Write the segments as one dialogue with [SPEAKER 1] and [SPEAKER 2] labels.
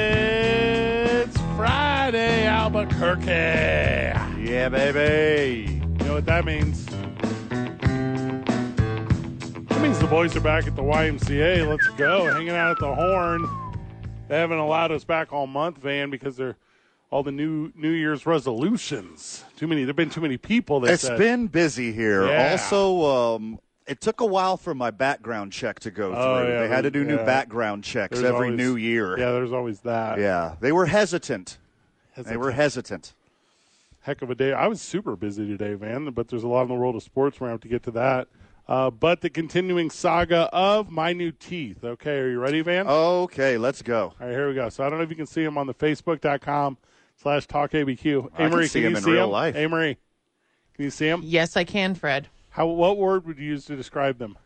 [SPEAKER 1] It's Friday, Albuquerque. Yeah, baby. You know what that means? That means the boys are back at the YMCA. Let's go. Hanging out at the horn. They haven't allowed us back all month, Van, because they're all the new New Year's resolutions. Too many. There've been too many people. That
[SPEAKER 2] It's
[SPEAKER 1] said,
[SPEAKER 2] been busy here.
[SPEAKER 1] Yeah.
[SPEAKER 2] Also, um, it took a while for my background check to go through.
[SPEAKER 1] Oh, yeah,
[SPEAKER 2] they had to do
[SPEAKER 1] yeah.
[SPEAKER 2] new background checks
[SPEAKER 1] there's
[SPEAKER 2] every
[SPEAKER 1] always-
[SPEAKER 2] new year.
[SPEAKER 1] Yeah, there's always that.
[SPEAKER 2] Yeah. They were hesitant. They were hesitant.
[SPEAKER 1] heck of a day. I was super busy today, man, but there's a lot in the world of sports where I have to get to that. Uh, but the continuing saga of my new teeth. Okay, are you ready,
[SPEAKER 2] Oh.
[SPEAKER 1] Van?
[SPEAKER 2] Okay, let's go.
[SPEAKER 1] All right, here we go. So I don't know if you can see him on the Facebook.com slash Talk ABQ.
[SPEAKER 2] I can
[SPEAKER 1] Amory,
[SPEAKER 2] see
[SPEAKER 1] you
[SPEAKER 2] him in
[SPEAKER 1] see
[SPEAKER 2] real
[SPEAKER 1] him?
[SPEAKER 2] life.
[SPEAKER 1] Amory, can you see him?
[SPEAKER 3] Yes, I can, Fred.
[SPEAKER 1] How? What word would you use to describe them?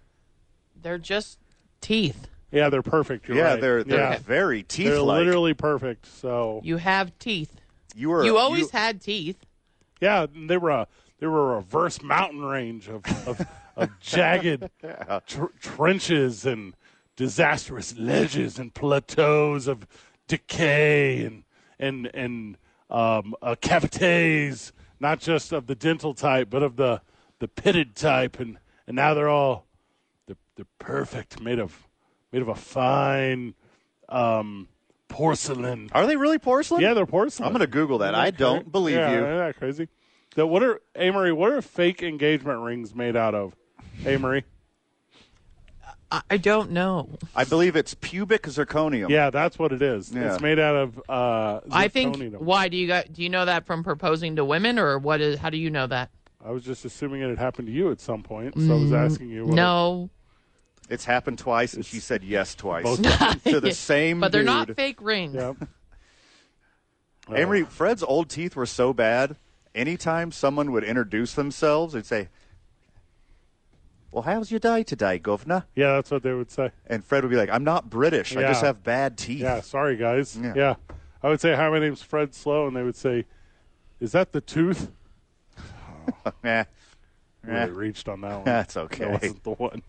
[SPEAKER 3] They're just teeth.
[SPEAKER 1] Yeah, they're perfect. You're
[SPEAKER 2] yeah,
[SPEAKER 1] right.
[SPEAKER 2] they're they're
[SPEAKER 1] yeah.
[SPEAKER 2] very
[SPEAKER 1] They're
[SPEAKER 2] teeth like.
[SPEAKER 1] literally perfect. So
[SPEAKER 3] You have teeth.
[SPEAKER 2] You were
[SPEAKER 3] you always had teeth.
[SPEAKER 1] yeah, they were a they were a reverse mountain range of of, of jagged tr- trenches and disastrous ledges and plateaus of decay and and and um, uh, cavities, not just of the dental type, but of the the pitted type, and and now they're all they're, they're perfect, made of made of a fine um, porcelain.
[SPEAKER 2] Are they really porcelain?
[SPEAKER 1] Yeah, they're porcelain.
[SPEAKER 2] I'm gonna Google that. I don't believe
[SPEAKER 1] Yeah,
[SPEAKER 2] you.
[SPEAKER 1] Isn't that crazy? So what are Amory? What are fake engagement rings made out of? Amory.
[SPEAKER 3] I, I don't know.
[SPEAKER 2] I believe it's pubic zirconium.
[SPEAKER 1] Yeah, that's what it is.
[SPEAKER 2] Yeah.
[SPEAKER 1] It's made out of. Uh,
[SPEAKER 3] I think.
[SPEAKER 1] zirconium.
[SPEAKER 3] Why do you got? Do you know that from proposing to women, or what is? How do you know that?
[SPEAKER 1] I was just assuming it had happened to you at some point, so I was asking you. What
[SPEAKER 3] Mm, no,
[SPEAKER 2] It's happened twice, and she said yes twice
[SPEAKER 1] Both-
[SPEAKER 2] to the same.
[SPEAKER 3] but they're
[SPEAKER 2] dude.
[SPEAKER 3] not fake rings.
[SPEAKER 1] It, yeah.
[SPEAKER 2] Amory, Fred's old teeth were so bad. Anytime someone would introduce themselves, they'd say, "Well, how's your day today, Governor?"
[SPEAKER 1] yeah, that's what they would say.
[SPEAKER 2] And Fred would be like, "I'm not British. I just
[SPEAKER 1] Yeah.
[SPEAKER 2] have bad teeth."
[SPEAKER 1] Yeah, sorry guys. Yeah.
[SPEAKER 2] Yeah.
[SPEAKER 1] I would say, "Hi, my name's Fred Slow," and they would say, "Is that the tooth?"
[SPEAKER 2] Nah,
[SPEAKER 1] Really
[SPEAKER 2] Eh.
[SPEAKER 1] reached on that one.
[SPEAKER 2] that's
[SPEAKER 1] That
[SPEAKER 2] okay.
[SPEAKER 1] wasn't the one.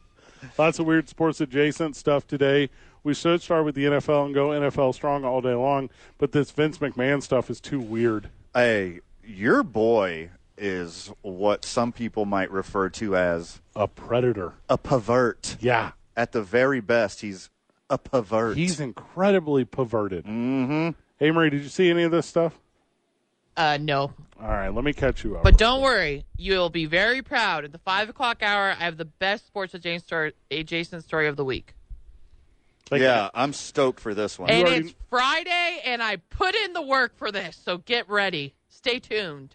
[SPEAKER 1] Lots of weird sports adjacent stuff today. We should start with the NFL and go NFL strong all day long, but this Vince McMahon stuff is too weird.
[SPEAKER 2] Hey, your boy is what some people might refer to as
[SPEAKER 1] A predator.
[SPEAKER 2] a pervert.
[SPEAKER 1] Yeah.
[SPEAKER 2] At the very best, he's a pervert.
[SPEAKER 1] He's incredibly perverted. Mm-hmm. Hey, Marie, did you see any of this stuff?
[SPEAKER 3] Uh, no.
[SPEAKER 1] All right, let me catch you up.
[SPEAKER 3] But don't worry, you'll be very proud. At the five o'clock hour, I have the best sports adjacent story, adjacent story of the week,
[SPEAKER 1] Like,
[SPEAKER 2] yeah, I'm stoked for this one.
[SPEAKER 3] and
[SPEAKER 1] already-
[SPEAKER 3] it's Friday, and I put in the work for this. So get ready. Stay tuned.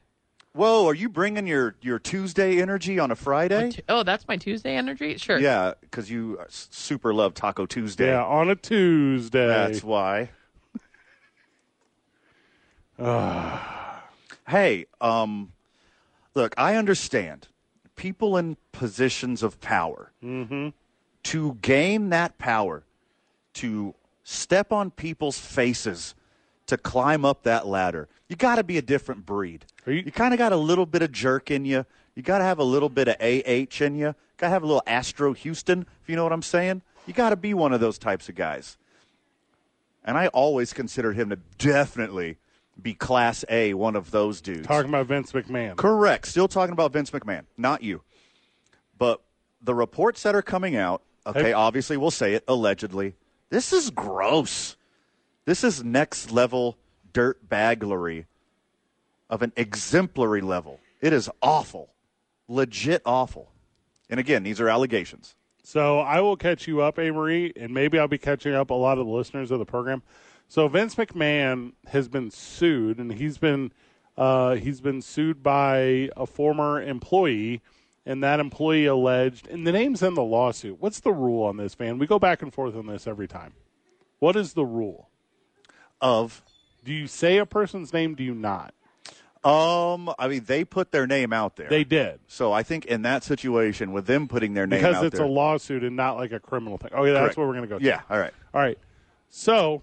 [SPEAKER 2] Whoa, are you bringing your your Tuesday energy on a Friday?
[SPEAKER 3] Tu- Oh, that's my Tuesday energy. Sure.
[SPEAKER 2] Yeah, because you uh, s- super love Taco Tuesday.
[SPEAKER 1] Yeah, on a Tuesday.
[SPEAKER 2] That's why. hey, um, look, I understand people in positions of power
[SPEAKER 1] Mm-hmm.
[SPEAKER 2] to gain that power, to step on people's faces, to climb up that ladder. You got to be a different breed.
[SPEAKER 1] Are you-
[SPEAKER 2] kind of got a little bit of jerk in you. You got to have a little bit of AH in you. Got to have a little Astro Houston, if you know what I'm saying. You got to be one of those types of guys. And I always considered him to definitely be Class A, one of those dudes.
[SPEAKER 1] Talking about Vince McMahon.
[SPEAKER 2] Correct. Still talking about Vince McMahon, not you. But the reports that are coming out, okay,
[SPEAKER 1] Hey.
[SPEAKER 2] obviously we'll say it allegedly. This is gross. This is next level dirt baglery of an exemplary level. It is awful. Legit awful. And again, these are allegations.
[SPEAKER 1] So I will catch you up, Amory, and maybe I'll be catching up a lot of the listeners of the program. So Vince McMahon has been sued, and he's been uh, he's been sued by a former employee, and that employee alleged, and the name's in the lawsuit. What's the rule on this, man? We go back and forth on this every time. What is the rule?
[SPEAKER 2] of
[SPEAKER 1] Do you say a person's name? Do you not?
[SPEAKER 2] um I mean they put their name out there.
[SPEAKER 1] They did.
[SPEAKER 2] so I think in that situation with them putting their name
[SPEAKER 1] Because
[SPEAKER 2] out
[SPEAKER 1] it's
[SPEAKER 2] there.
[SPEAKER 1] a lawsuit and not like a criminal thing. Okay, that's
[SPEAKER 2] Correct.
[SPEAKER 1] what we're going to go to.
[SPEAKER 2] yeah, all right.
[SPEAKER 1] All right. So,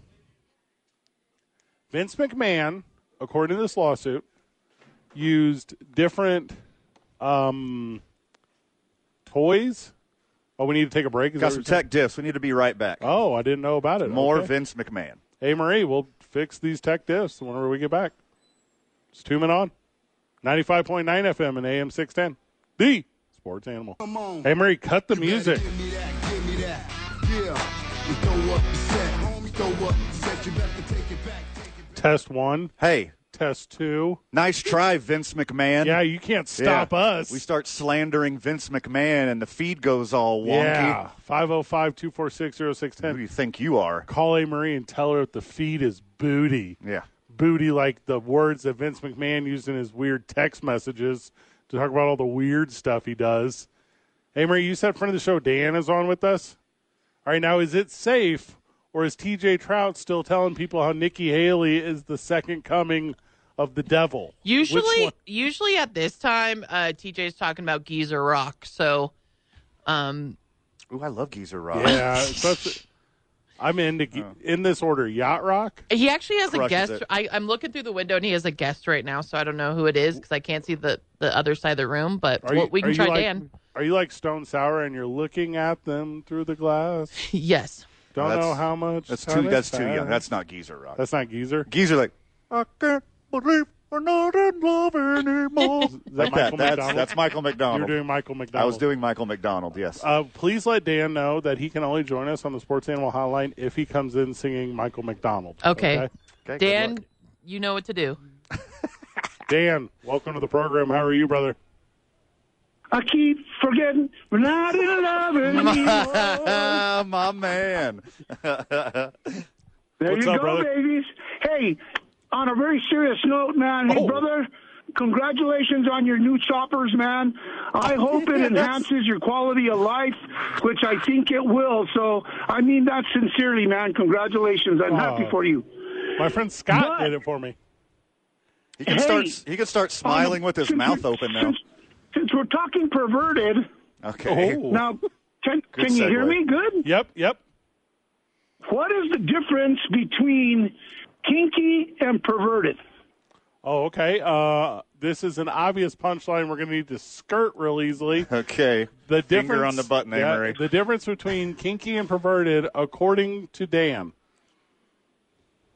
[SPEAKER 1] Vince McMahon, according to this lawsuit, used different um, toys. Oh, we need to take a break. Is
[SPEAKER 2] Got
[SPEAKER 1] that
[SPEAKER 2] some
[SPEAKER 1] what you're saying?
[SPEAKER 2] tech diffs. We need to be right back.
[SPEAKER 1] Oh, I didn't know about it.
[SPEAKER 2] More
[SPEAKER 1] Okay.
[SPEAKER 2] Vince McMahon.
[SPEAKER 1] Hey, Marie, we'll fix these tech diffs whenever we get back. It's two men on 95.9 FM and AM 610. The sports animal. Hey, Marie, cut the music.
[SPEAKER 4] Give me that, give me that. Yeah. You throw up the set, homie, throw up the set. You better take it back, take it back.
[SPEAKER 1] Test one,
[SPEAKER 2] Hey,
[SPEAKER 1] test two.
[SPEAKER 2] nice try, Vince McMahon.
[SPEAKER 1] Yeah, you can't
[SPEAKER 2] Yeah.
[SPEAKER 1] stop us.
[SPEAKER 2] We start slandering Vince McMahon and the feed goes all wonky.
[SPEAKER 1] Yeah. 505 246
[SPEAKER 2] Who do
[SPEAKER 1] 0610.
[SPEAKER 2] you think you are?
[SPEAKER 1] Call A. Marie and tell her that the feed is booty.
[SPEAKER 2] Yeah.
[SPEAKER 1] Booty, like the words that Vince McMahon used in his weird text messages to talk about all the weird stuff he does. Hey, Marie, you said friend of the show Dan is on with us. All right, now, is it safe or is TJ Trout still telling people how Nikki Haley is the second coming of the devil? Which
[SPEAKER 3] Usually,
[SPEAKER 1] one-
[SPEAKER 3] usually at this time, uh, TJ's talking about Geezer Rock. So, um,
[SPEAKER 2] Ooh, I love Geezer Rock.
[SPEAKER 1] Yeah. especially- I'm into, ge-
[SPEAKER 2] Oh.
[SPEAKER 1] in this order, Yacht Rock.
[SPEAKER 3] he actually has a
[SPEAKER 2] Crushes
[SPEAKER 3] guest.
[SPEAKER 2] it.
[SPEAKER 3] I, I'm looking through the window and he has a guest right now, so I don't know who it is because I can't see the, the other side of the room. But
[SPEAKER 1] Are
[SPEAKER 3] well,
[SPEAKER 1] you-
[SPEAKER 3] we
[SPEAKER 1] are
[SPEAKER 3] can
[SPEAKER 1] you
[SPEAKER 3] try
[SPEAKER 1] like-
[SPEAKER 3] Dan.
[SPEAKER 1] Are you like Stone Sour and you're looking at them through the glass?
[SPEAKER 3] yes.
[SPEAKER 1] Don't
[SPEAKER 2] That's-
[SPEAKER 1] know how much.
[SPEAKER 2] That's
[SPEAKER 1] time
[SPEAKER 2] too
[SPEAKER 1] it
[SPEAKER 2] that's too young.
[SPEAKER 1] passed.
[SPEAKER 2] That's not Geezer Rock.
[SPEAKER 1] that's not Geezer.
[SPEAKER 2] Geezer like I can't believe we're not in love anymore.
[SPEAKER 1] that Michael
[SPEAKER 2] like that. That's,
[SPEAKER 1] McDonald?
[SPEAKER 2] that's Michael
[SPEAKER 1] You're
[SPEAKER 2] McDonald.
[SPEAKER 1] doing Michael McDonald.
[SPEAKER 2] I was doing Michael McDonald, yes.
[SPEAKER 1] Uh, please let Dan know that he can only join us on the Sports Animal Hotline if he comes in singing Michael McDonald.
[SPEAKER 3] Okay.
[SPEAKER 2] Okay, good
[SPEAKER 3] Dan,
[SPEAKER 2] luck.
[SPEAKER 3] you know what to do.
[SPEAKER 1] Dan, welcome to the program. How are you, brother?
[SPEAKER 5] I keep forgetting we're not in love anymore.
[SPEAKER 2] Ah, my man.
[SPEAKER 5] there
[SPEAKER 1] What's
[SPEAKER 5] you
[SPEAKER 1] up,
[SPEAKER 5] go,
[SPEAKER 1] brother?
[SPEAKER 5] babies. Hey, on a very serious note, man, hey,
[SPEAKER 1] Oh.
[SPEAKER 5] brother, congratulations on your new choppers, man. I hope it
[SPEAKER 2] Yes.
[SPEAKER 5] enhances your quality of life, which I think it will. So, I mean that sincerely, man. Congratulations. I'm happy
[SPEAKER 1] Aw.
[SPEAKER 5] for you.
[SPEAKER 1] My friend Scott
[SPEAKER 5] What?
[SPEAKER 1] did it for me.
[SPEAKER 2] He can
[SPEAKER 5] Hey.
[SPEAKER 2] start he can start smiling
[SPEAKER 5] Um,
[SPEAKER 2] with his
[SPEAKER 5] since
[SPEAKER 2] mouth
[SPEAKER 5] we're-
[SPEAKER 2] open now.
[SPEAKER 5] Since, since we're talking perverted,
[SPEAKER 2] Okay.
[SPEAKER 1] Oh.
[SPEAKER 5] now, can, can you hear
[SPEAKER 2] segue.
[SPEAKER 5] me good?
[SPEAKER 1] Yep, yep.
[SPEAKER 5] What is the difference between kinky and perverted?
[SPEAKER 1] Oh, okay. Uh, this is an obvious punchline. We're going to need to skirt real easily.
[SPEAKER 2] Okay.
[SPEAKER 1] the difference
[SPEAKER 2] Finger on the button,
[SPEAKER 1] yeah,
[SPEAKER 2] Amory.
[SPEAKER 1] The difference between kinky and perverted, according to Dan.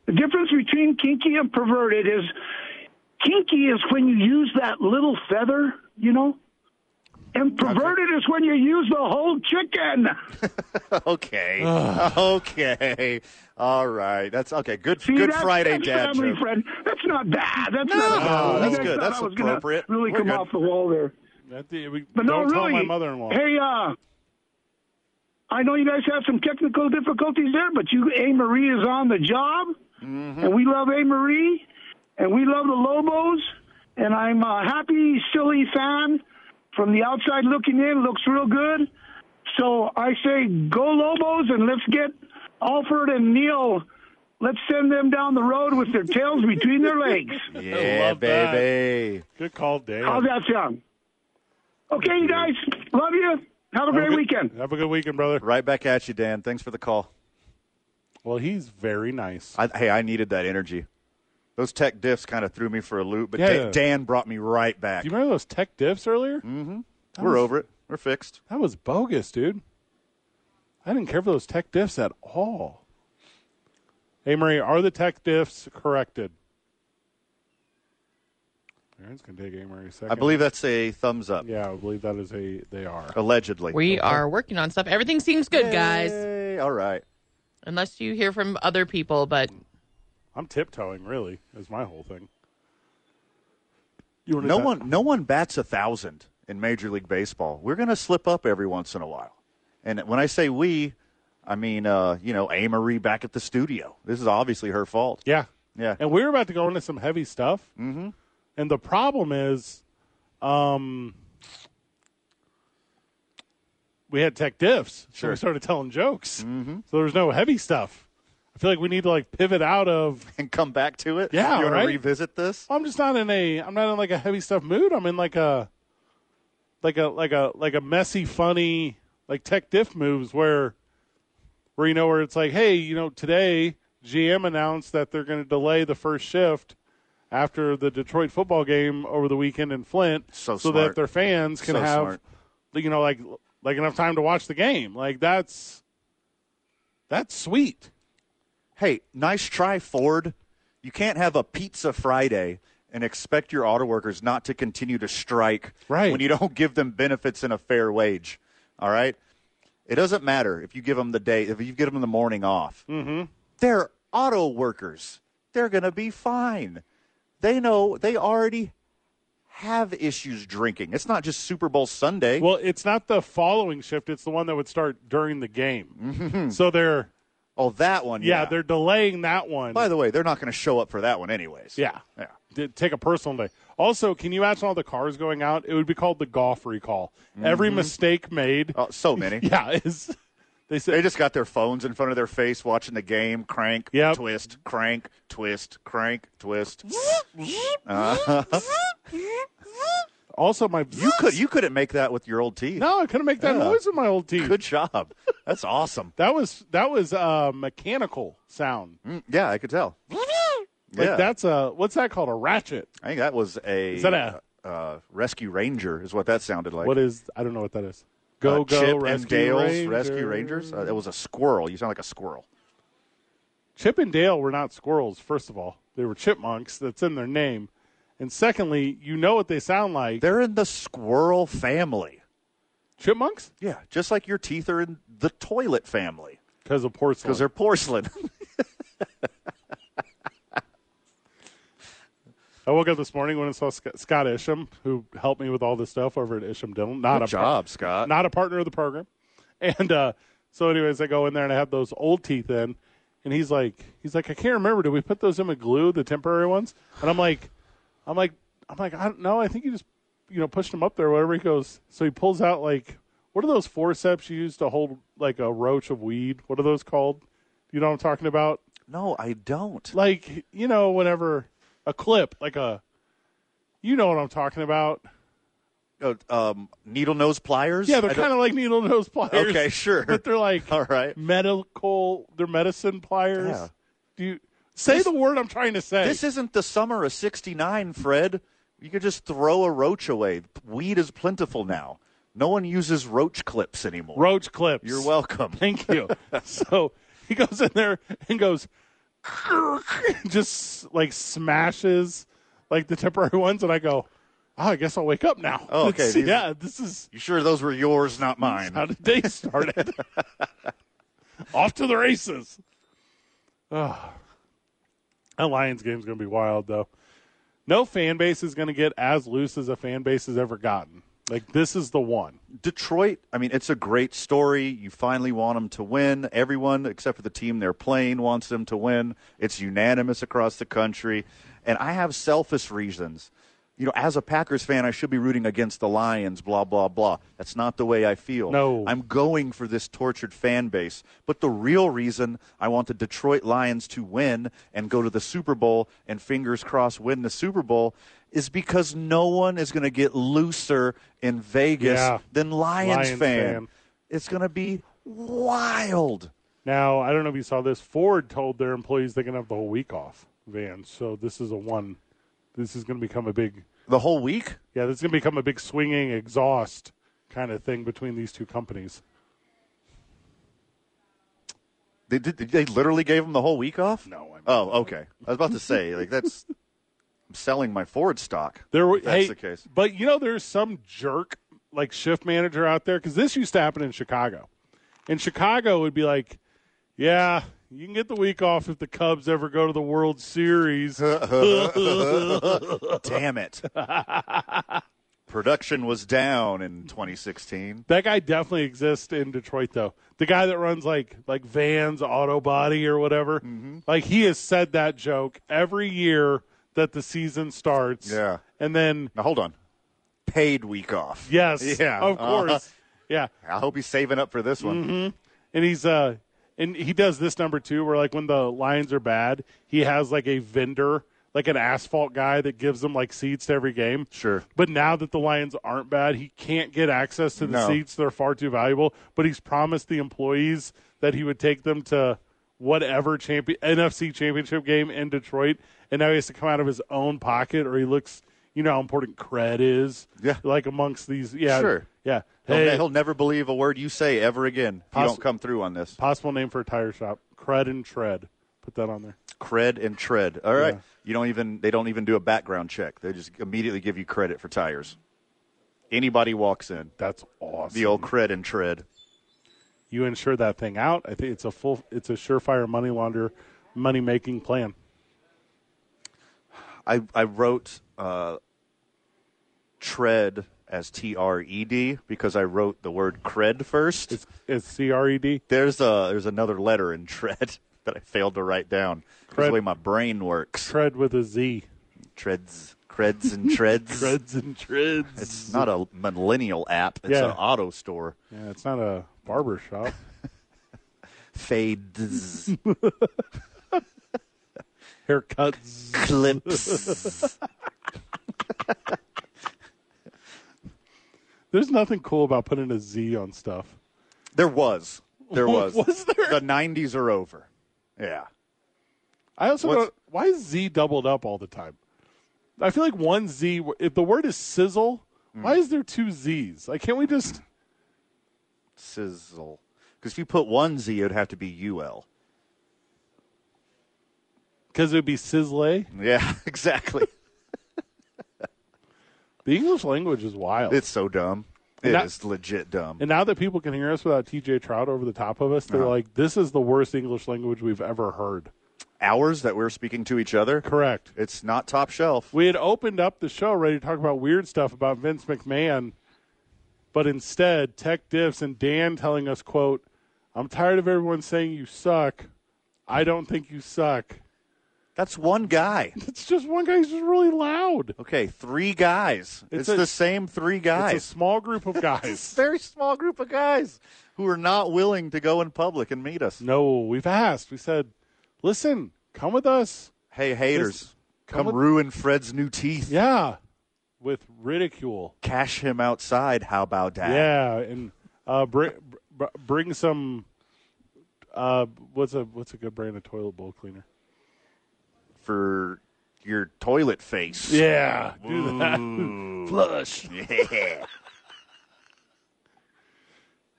[SPEAKER 5] The difference between kinky and perverted is kinky is when you use that little feather, you know, and perverted is when you use the whole chicken.
[SPEAKER 2] Okay. okay. All right. That's okay. Good
[SPEAKER 5] See,
[SPEAKER 2] good
[SPEAKER 5] that's,
[SPEAKER 2] Friday
[SPEAKER 5] that's
[SPEAKER 2] dad
[SPEAKER 5] family
[SPEAKER 2] joke.
[SPEAKER 5] friend. That's not bad. That's
[SPEAKER 2] No,
[SPEAKER 5] not bad.
[SPEAKER 2] that's
[SPEAKER 5] You guys
[SPEAKER 2] good.
[SPEAKER 5] thought
[SPEAKER 2] That's
[SPEAKER 5] I was gonna
[SPEAKER 2] appropriate.
[SPEAKER 5] Really
[SPEAKER 2] We're
[SPEAKER 5] come
[SPEAKER 2] good.
[SPEAKER 5] off the wall there.
[SPEAKER 1] That, we,
[SPEAKER 5] But
[SPEAKER 1] don't
[SPEAKER 5] no,
[SPEAKER 1] tell
[SPEAKER 5] really.
[SPEAKER 1] my mother-in-law.
[SPEAKER 5] Hey, uh, I know you guys have some technical difficulties there, but you, A. Marie is on the job,
[SPEAKER 1] Mm-hmm.
[SPEAKER 5] and we love A. Marie, and we love the Lobos, and I'm a happy, silly fan from the outside looking in. Looks real good. So I say, go Lobos, and let's get Alfred and Neil. Let's send them down the road with their tails between their legs.
[SPEAKER 2] Yeah,
[SPEAKER 1] love that.
[SPEAKER 2] baby.
[SPEAKER 1] Good call, Dan.
[SPEAKER 5] How's that sound? Okay, you guys. Love you. Have a
[SPEAKER 1] Have a
[SPEAKER 5] great
[SPEAKER 1] good-
[SPEAKER 5] weekend.
[SPEAKER 1] Have a good weekend, brother.
[SPEAKER 2] Right back at you, Dan. Thanks for the call.
[SPEAKER 1] Well, he's very nice.
[SPEAKER 2] I, hey, I needed that energy. Those tech diffs kind of threw me for a loop, but
[SPEAKER 1] Yeah,
[SPEAKER 2] Da-
[SPEAKER 1] yeah.
[SPEAKER 2] Dan brought me right back.
[SPEAKER 1] Do you remember those tech diffs earlier?
[SPEAKER 2] Mm-hmm. We're over it. We're fixed.
[SPEAKER 1] That was bogus, dude. I didn't care for those tech diffs at all. Hey, Marie, are the tech diffs corrected? Aaron's gonna take Amory a second.
[SPEAKER 2] I believe that's a thumbs up,
[SPEAKER 1] Yeah, I believe that is a they are.
[SPEAKER 2] allegedly.
[SPEAKER 3] We are working on stuff. Everything seems good, guys,
[SPEAKER 2] Yay. All right.
[SPEAKER 3] unless you hear from other people. But
[SPEAKER 1] I'm tiptoeing, really, is my whole thing. You wanna
[SPEAKER 2] No
[SPEAKER 1] ta-
[SPEAKER 2] one, no one bats a thousand in Major League Baseball. We're going to slip up every once in a while, and when I say we, I mean uh, you know Amory back at the studio. This is obviously her fault.
[SPEAKER 1] Yeah.
[SPEAKER 2] Yeah.
[SPEAKER 1] And we were about to go into some heavy stuff. Mm-hmm. And the problem is, um, we had tech diffs, so
[SPEAKER 2] Sure. Mm-hmm.
[SPEAKER 1] we started telling jokes. So there was no heavy stuff. I feel like we need to like pivot out of.
[SPEAKER 2] and come back to it.
[SPEAKER 1] Yeah,
[SPEAKER 2] you want
[SPEAKER 1] right?
[SPEAKER 2] to revisit this?
[SPEAKER 1] I'm just not in a. I'm not in like a heavy stuff mood. I'm in like a, like a like a like a messy, funny like tech diff moves where, where you know where it's like, hey, you know, today GM announced that they're going to delay the first shift after the Detroit football game over the weekend in Flint,
[SPEAKER 2] So
[SPEAKER 1] that
[SPEAKER 2] smart.
[SPEAKER 1] their fans can
[SPEAKER 2] So
[SPEAKER 1] have,
[SPEAKER 2] smart.
[SPEAKER 1] you know, like like enough time to watch the game. Like that's that's sweet.
[SPEAKER 2] Hey, nice try, Ford. You can't have a pizza Friday and expect your auto workers not to continue to strike
[SPEAKER 1] Right.
[SPEAKER 2] when you don't give them benefits and a fair wage. All right? It doesn't matter if you give them the day, if you give them the morning off. Mm-hmm. They're auto workers. They're going to be fine. They know they already have issues drinking. It's not just Super Bowl Sunday.
[SPEAKER 1] Well, it's not the following shift; it's the one that would start during the game. So they're
[SPEAKER 2] oh, that one.
[SPEAKER 1] yeah,
[SPEAKER 2] Mm-hmm. Yeah.
[SPEAKER 1] they're delaying that one.
[SPEAKER 2] By the way, they're not going to show up for that one, anyways.
[SPEAKER 1] yeah,
[SPEAKER 2] Yeah.
[SPEAKER 1] D- take a personal day. Also, can you imagine all the cars going out? It would be called the golf recall. Every mistake made,
[SPEAKER 2] Mm-hmm. Oh, so many.
[SPEAKER 1] yeah, is they said
[SPEAKER 2] They just got their phones in front of their face watching the game, crank,
[SPEAKER 1] Yep.
[SPEAKER 2] twist, crank, twist, crank, twist.
[SPEAKER 1] also my
[SPEAKER 2] Uh-huh. you could you couldn't make that with your old teeth.
[SPEAKER 1] no, I couldn't make that
[SPEAKER 2] Yeah.
[SPEAKER 1] noise with my old teeth.
[SPEAKER 2] Good job. That's awesome.
[SPEAKER 1] That was that was uh, mechanical sound.
[SPEAKER 2] Mm, Yeah, I could tell.
[SPEAKER 1] Like
[SPEAKER 2] Yeah.
[SPEAKER 1] that's a what's that called? A ratchet.
[SPEAKER 2] I think that was a
[SPEAKER 1] Is that a-
[SPEAKER 2] uh, rescue ranger is what that sounded like.
[SPEAKER 1] What is? I don't know what that is.
[SPEAKER 2] Uh,
[SPEAKER 1] Go go
[SPEAKER 2] Chip
[SPEAKER 1] rescue
[SPEAKER 2] and Dale's
[SPEAKER 1] Ranger.
[SPEAKER 2] Rescue Rangers? Uh, it was a squirrel. You sound like a squirrel.
[SPEAKER 1] Chip and Dale were not squirrels, first of all. They were chipmunks. That's in their name. And secondly, you know what they sound like.
[SPEAKER 2] They're in the squirrel family.
[SPEAKER 1] chipmunks?
[SPEAKER 2] Yeah, just like your teeth are in the toilet family
[SPEAKER 1] Because of porcelain.
[SPEAKER 2] because they're porcelain.
[SPEAKER 1] I woke up this morning when I saw Sc- Scott Isham, who helped me with all this stuff over at Isham Dental. Not a
[SPEAKER 2] Good job, Scott.
[SPEAKER 1] not a partner of the program. And uh, so, anyways, I go in there and I have those old teeth in, and he's like, he's like, I can't remember. Did we put those in with glue, the temporary ones? And I'm like, I'm like, I'm like, I don't know. I think you just, you know, pushed them up there, whatever. He goes, so he pulls out like, what are those forceps you use to hold like a roach of weed? What are those called? You know what I'm talking about?
[SPEAKER 2] no, I don't.
[SPEAKER 1] Like, you know, whenever a clip, like a, you know what I'm talking about?
[SPEAKER 2] uh, um, needle nose pliers.
[SPEAKER 1] Yeah, they're
[SPEAKER 2] I don't-
[SPEAKER 1] kind of like needle nose pliers.
[SPEAKER 2] Okay, sure.
[SPEAKER 1] But they're like
[SPEAKER 2] All right.
[SPEAKER 1] medical. They're medicine pliers.
[SPEAKER 2] Yeah.
[SPEAKER 1] Do you say the word I'm trying to say?
[SPEAKER 2] This isn't the summer of '69, Fred. You could just throw a roach away. Weed is plentiful now. No one uses roach clips anymore.
[SPEAKER 1] roach clips.
[SPEAKER 2] You're welcome.
[SPEAKER 1] Thank you. so he goes in there and goes, just like smashes like the temporary ones, and I go, oh, I guess I'll wake up now.
[SPEAKER 2] Oh, okay,
[SPEAKER 1] It's-
[SPEAKER 2] these-
[SPEAKER 1] yeah, this is
[SPEAKER 2] You sure those were yours, not mine?
[SPEAKER 1] how the day started. Off to the races. Oh. Ah. That Lions game's going to be wild, though. No fan base is going to get as loose as a fan base has ever gotten. Like, this is the one.
[SPEAKER 2] Detroit. I mean, it's a great story. You finally want them to win. Everyone except for the team they're playing wants them to win. It's unanimous across the country. And I have selfish reasons. You know, as a Packers fan, I should be rooting against the Lions, blah, blah, blah. That's not the way I feel.
[SPEAKER 1] No.
[SPEAKER 2] I'm going for this tortured fan base. But the real reason I want the Detroit Lions to win and go to the Super Bowl and fingers crossed win the Super Bowl is because no one is going to get looser in Vegas
[SPEAKER 1] Yeah.
[SPEAKER 2] than Lions,
[SPEAKER 1] Lions
[SPEAKER 2] fan.
[SPEAKER 1] fan.
[SPEAKER 2] It's going to be wild.
[SPEAKER 1] Now, I don't know if you saw this. Ford told their employees they can have the whole week off, Van. So, this is a one. This is going to become a big,
[SPEAKER 2] The whole week?
[SPEAKER 1] yeah, this is going to become a big swinging exhaust kind of thing between these two companies.
[SPEAKER 2] They did, they literally gave them the whole week off? No.
[SPEAKER 1] I'm-
[SPEAKER 2] oh, okay. I was about to say like that's I'm selling my Ford stock.
[SPEAKER 1] There were,
[SPEAKER 2] if that's
[SPEAKER 1] hey,
[SPEAKER 2] the case.
[SPEAKER 1] But you know, there's some jerk like shift manager out there because this used to happen in Chicago. And Chicago would be like, "Yeah, you can get the week off if the Cubs ever go to the World Series."
[SPEAKER 2] Damn it. Production was down in 2016.
[SPEAKER 1] that guy definitely exists in Detroit, though. The guy that runs like like Vans Auto Body or whatever,
[SPEAKER 2] Mm-hmm.
[SPEAKER 1] like he has said that joke every year that the season starts.
[SPEAKER 2] Yeah.
[SPEAKER 1] and then
[SPEAKER 2] Now hold on. Paid week off.
[SPEAKER 1] Yes,
[SPEAKER 2] Yeah. Uh-huh.
[SPEAKER 1] of course. Mm-hmm. Yeah.
[SPEAKER 2] I hope he's saving up for this one.
[SPEAKER 1] and he's uh and he does this number too where like when the lions are bad he has like a vendor like an asphalt guy that gives them like seats to every game
[SPEAKER 2] Sure.
[SPEAKER 1] but now that the lions aren't bad he can't get access to the
[SPEAKER 2] No.
[SPEAKER 1] seats they're far too valuable but he's promised the employees that he would take them to whatever champion nfc championship game in detroit and now he has to come out of his own pocket or he looks you know how important cred is
[SPEAKER 2] Yeah.
[SPEAKER 1] like amongst these yeah
[SPEAKER 2] Sure.
[SPEAKER 1] yeah
[SPEAKER 2] He'll,
[SPEAKER 1] Hey,
[SPEAKER 2] he'll never believe a word you say ever again if you
[SPEAKER 1] Poss-
[SPEAKER 2] don't come through on this.
[SPEAKER 1] Possible name for a tire shop: Cred and Tread. Put that on there.
[SPEAKER 2] Cred and tread. All right.
[SPEAKER 1] Yeah.
[SPEAKER 2] You don't even they don't even do a background check. They just immediately give you credit for tires. Anybody walks in.
[SPEAKER 1] That's awesome.
[SPEAKER 2] The old cred and tread.
[SPEAKER 1] you insure that thing out. I think it's a full, it's a surefire money launder, money making plan.
[SPEAKER 2] I I wrote uh, tread as T R E D because I wrote the word cred first.
[SPEAKER 1] It's it's C R E D.
[SPEAKER 2] there's a there's another letter in tread that I failed to write down. 'cause
[SPEAKER 1] Cred.
[SPEAKER 2] The way my brain works.
[SPEAKER 1] Tread with a Z.
[SPEAKER 2] Treads, creds, and treads.
[SPEAKER 1] Creds and treads.
[SPEAKER 2] It's not a millennial app. It's
[SPEAKER 1] Yeah.
[SPEAKER 2] an auto store.
[SPEAKER 1] yeah, it's not a barber shop.
[SPEAKER 2] Fades,
[SPEAKER 1] Haircuts.
[SPEAKER 2] clips.
[SPEAKER 1] There's nothing cool about putting a Z on stuff.
[SPEAKER 2] There was, there was.
[SPEAKER 1] Was there?
[SPEAKER 2] The '90s are over. Yeah.
[SPEAKER 1] I also
[SPEAKER 2] What's-
[SPEAKER 1] don't, why is Z doubled up all the time? I feel like one Z. If the word is sizzle,
[SPEAKER 2] Mm.
[SPEAKER 1] why is there two Z's? Like, can't we just?
[SPEAKER 2] sizzle. Because if you put one Z, it'd have to be UL.
[SPEAKER 1] Because it would be sizzle.
[SPEAKER 2] Yeah, exactly.
[SPEAKER 1] The English language is wild.
[SPEAKER 2] it's so dumb. It is
[SPEAKER 1] Not-
[SPEAKER 2] legit dumb.
[SPEAKER 1] and now that people can hear us without TJ Trout over the top of us, they're
[SPEAKER 2] Uh-huh.
[SPEAKER 1] like, this is the worst English language we've ever heard.
[SPEAKER 2] Hours that we're speaking to each other.
[SPEAKER 1] Correct.
[SPEAKER 2] It's not top shelf.
[SPEAKER 1] We had opened up the show ready to talk about weird stuff about Vince McMahon, but instead, Tech Diffs and Dan telling us, quote, I'm tired of everyone saying you suck. I don't think you suck.
[SPEAKER 2] That's one guy.
[SPEAKER 1] It's just one guy's just really loud.
[SPEAKER 2] Okay, three guys. It's,
[SPEAKER 1] It's a-
[SPEAKER 2] the same three
[SPEAKER 1] It's a
[SPEAKER 2] guys.
[SPEAKER 1] small group of
[SPEAKER 2] It's a
[SPEAKER 1] guys.
[SPEAKER 2] very small group of guys who are not willing to go in public and meet us.
[SPEAKER 1] no, we've asked. We said, listen, come with us.
[SPEAKER 2] Hey, haters,
[SPEAKER 1] This-
[SPEAKER 2] come,
[SPEAKER 1] come with-
[SPEAKER 2] ruin Fred's new teeth.
[SPEAKER 1] Yeah. With ridicule.
[SPEAKER 2] Cash him outside. How about that?
[SPEAKER 1] Yeah, and uh, bring br- bring some. Uh, what's a what's a good brand of toilet bowl cleaner?
[SPEAKER 2] For your toilet face.
[SPEAKER 1] Yeah, do that.
[SPEAKER 2] Flush. Yeah.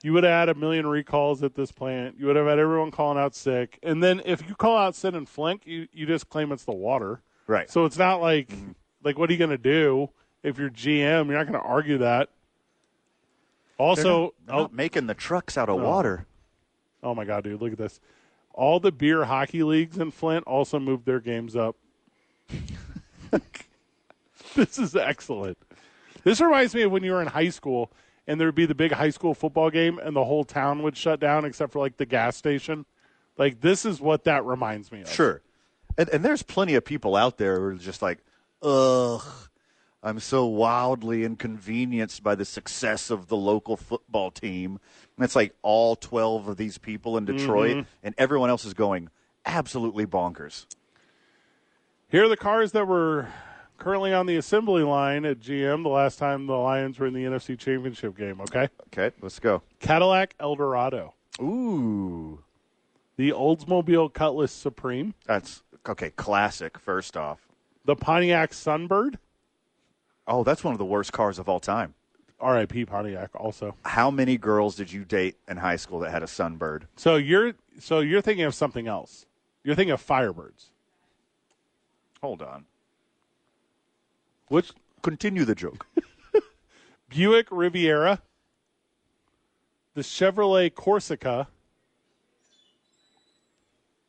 [SPEAKER 1] You would have had a million recalls at this plant. You would have had everyone calling out sick, and then if you call out sin and flink, you you just claim it's the water.
[SPEAKER 2] Right. Mm-hmm.
[SPEAKER 1] So it's not like like what are you going to do if you're GM? You're not going to argue that. Also,
[SPEAKER 2] They're not making the trucks out of water.
[SPEAKER 1] Oh my god, dude, look at this. All the beer hockey leagues in Flint also moved their games up. this is excellent. This reminds me of when you were in high school and there'd be the big high school football game and the whole town would shut down except for like the gas station. Like this is what that reminds me of.
[SPEAKER 2] Sure. And, and there's plenty of people out there who are just like, ugh, I'm so wildly inconvenienced by the success of the local football team. And it's like all 12 of these people in Detroit,
[SPEAKER 1] Mm-hmm.
[SPEAKER 2] and everyone else is going absolutely bonkers.
[SPEAKER 1] Here are the cars that were currently on the assembly line at GM the last time the Lions were in the NFC Championship game, okay?
[SPEAKER 2] Okay, let's go.
[SPEAKER 1] Cadillac Eldorado,
[SPEAKER 2] Ooh.
[SPEAKER 1] the Oldsmobile Cutlass Supreme,
[SPEAKER 2] That's okay. Classic, first off.
[SPEAKER 1] the Pontiac Sunbird,
[SPEAKER 2] Oh, that's one of the worst cars of all time.
[SPEAKER 1] R.I.P. Pontiac. Also,
[SPEAKER 2] How many girls did you date in high school that had a sunbird?
[SPEAKER 1] so you're so you're thinking of something else. You're thinking of Firebirds.
[SPEAKER 2] Hold on.
[SPEAKER 1] Which
[SPEAKER 2] Continue the joke.
[SPEAKER 1] Buick Riviera, the Chevrolet Corsica.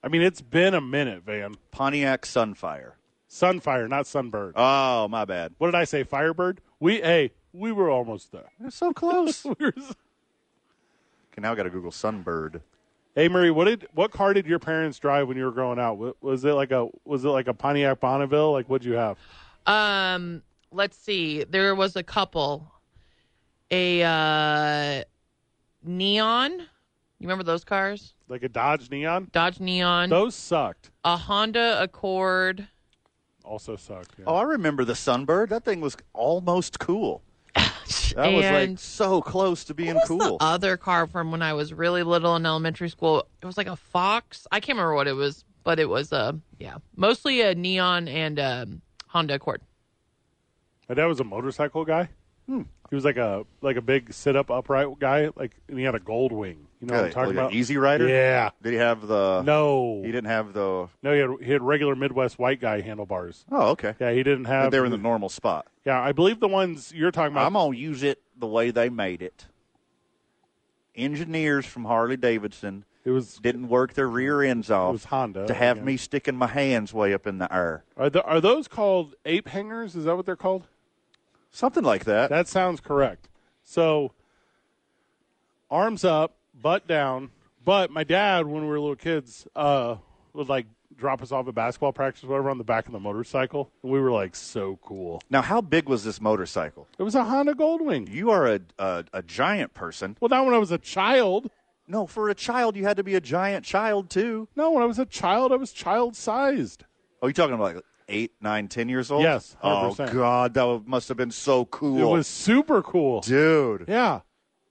[SPEAKER 1] I mean, it's been a minute, Van.
[SPEAKER 2] Pontiac Sunfire.
[SPEAKER 1] Sunfire, not Sunbird.
[SPEAKER 2] Oh, my bad.
[SPEAKER 1] what did I say? Firebird. We hey, we were almost there.
[SPEAKER 2] We're so close. okay,
[SPEAKER 1] We were s-
[SPEAKER 2] now I got to Google Sunbird.
[SPEAKER 1] hey, Murray, what did what car did your parents drive when you were growing out? Wa- Was it like a was it like a Pontiac Bonneville? Like what'd you have?
[SPEAKER 3] Um, let's see. There was a couple. A uh Neon. You remember those cars?
[SPEAKER 1] Like a Dodge Neon.
[SPEAKER 3] Dodge Neon.
[SPEAKER 1] Those sucked.
[SPEAKER 3] a Honda Accord.
[SPEAKER 1] Also sucked. yeah.
[SPEAKER 2] Oh, I remember the Sunbird. That thing was almost cool. That was like
[SPEAKER 3] and
[SPEAKER 2] so close to being
[SPEAKER 3] what was
[SPEAKER 2] cool.
[SPEAKER 3] the other car from when I was really little in elementary school? It was like a Fox. I can't remember what it was, but it was uh, yeah, mostly a Neon and um, Honda Accord.
[SPEAKER 1] My dad was a motorcycle guy.
[SPEAKER 2] Hmm.
[SPEAKER 1] He was like a like a big sit up upright guy, like and he had a gold wing. You know what
[SPEAKER 2] Yeah,
[SPEAKER 1] I'm talking
[SPEAKER 2] like an
[SPEAKER 1] about?
[SPEAKER 2] Easy Rider?
[SPEAKER 1] Yeah.
[SPEAKER 2] Did he have the?
[SPEAKER 1] No.
[SPEAKER 2] he didn't have the.
[SPEAKER 1] No, he had, he had regular Midwest white guy handlebars.
[SPEAKER 2] Oh, okay.
[SPEAKER 1] Yeah, he didn't have.
[SPEAKER 2] But they were in the normal spot.
[SPEAKER 1] yeah, I believe the ones you're talking about.
[SPEAKER 2] I'm gonna use it the way they made it. Engineers from Harley Davidson
[SPEAKER 1] it was.
[SPEAKER 2] didn't work their rear ends off.
[SPEAKER 1] was Honda,
[SPEAKER 2] to have
[SPEAKER 1] yeah.
[SPEAKER 2] me sticking my hands way up in the air,
[SPEAKER 1] Are, the, are those called ape hangers? Is that what they're called?
[SPEAKER 2] something like that.
[SPEAKER 1] That sounds correct. So, arms up, butt down. But my dad, when we were little kids, uh, would like drop us off at basketball practice, whatever, on the back of the motorcycle. And we were like so cool.
[SPEAKER 2] now, how big was this motorcycle?
[SPEAKER 1] It was a Honda Goldwing.
[SPEAKER 2] You are a, a a giant person.
[SPEAKER 1] Well, not when I was a child.
[SPEAKER 2] No, for a child, you had to be a giant child too.
[SPEAKER 1] No, when I was a child, I was child sized.
[SPEAKER 2] Oh, you talking about like eight, nine, ten years old?
[SPEAKER 1] Yes,
[SPEAKER 2] Oh
[SPEAKER 1] 100%.
[SPEAKER 2] God, that wa- must have been so cool,
[SPEAKER 1] It was super cool.
[SPEAKER 2] dude.
[SPEAKER 1] Yeah.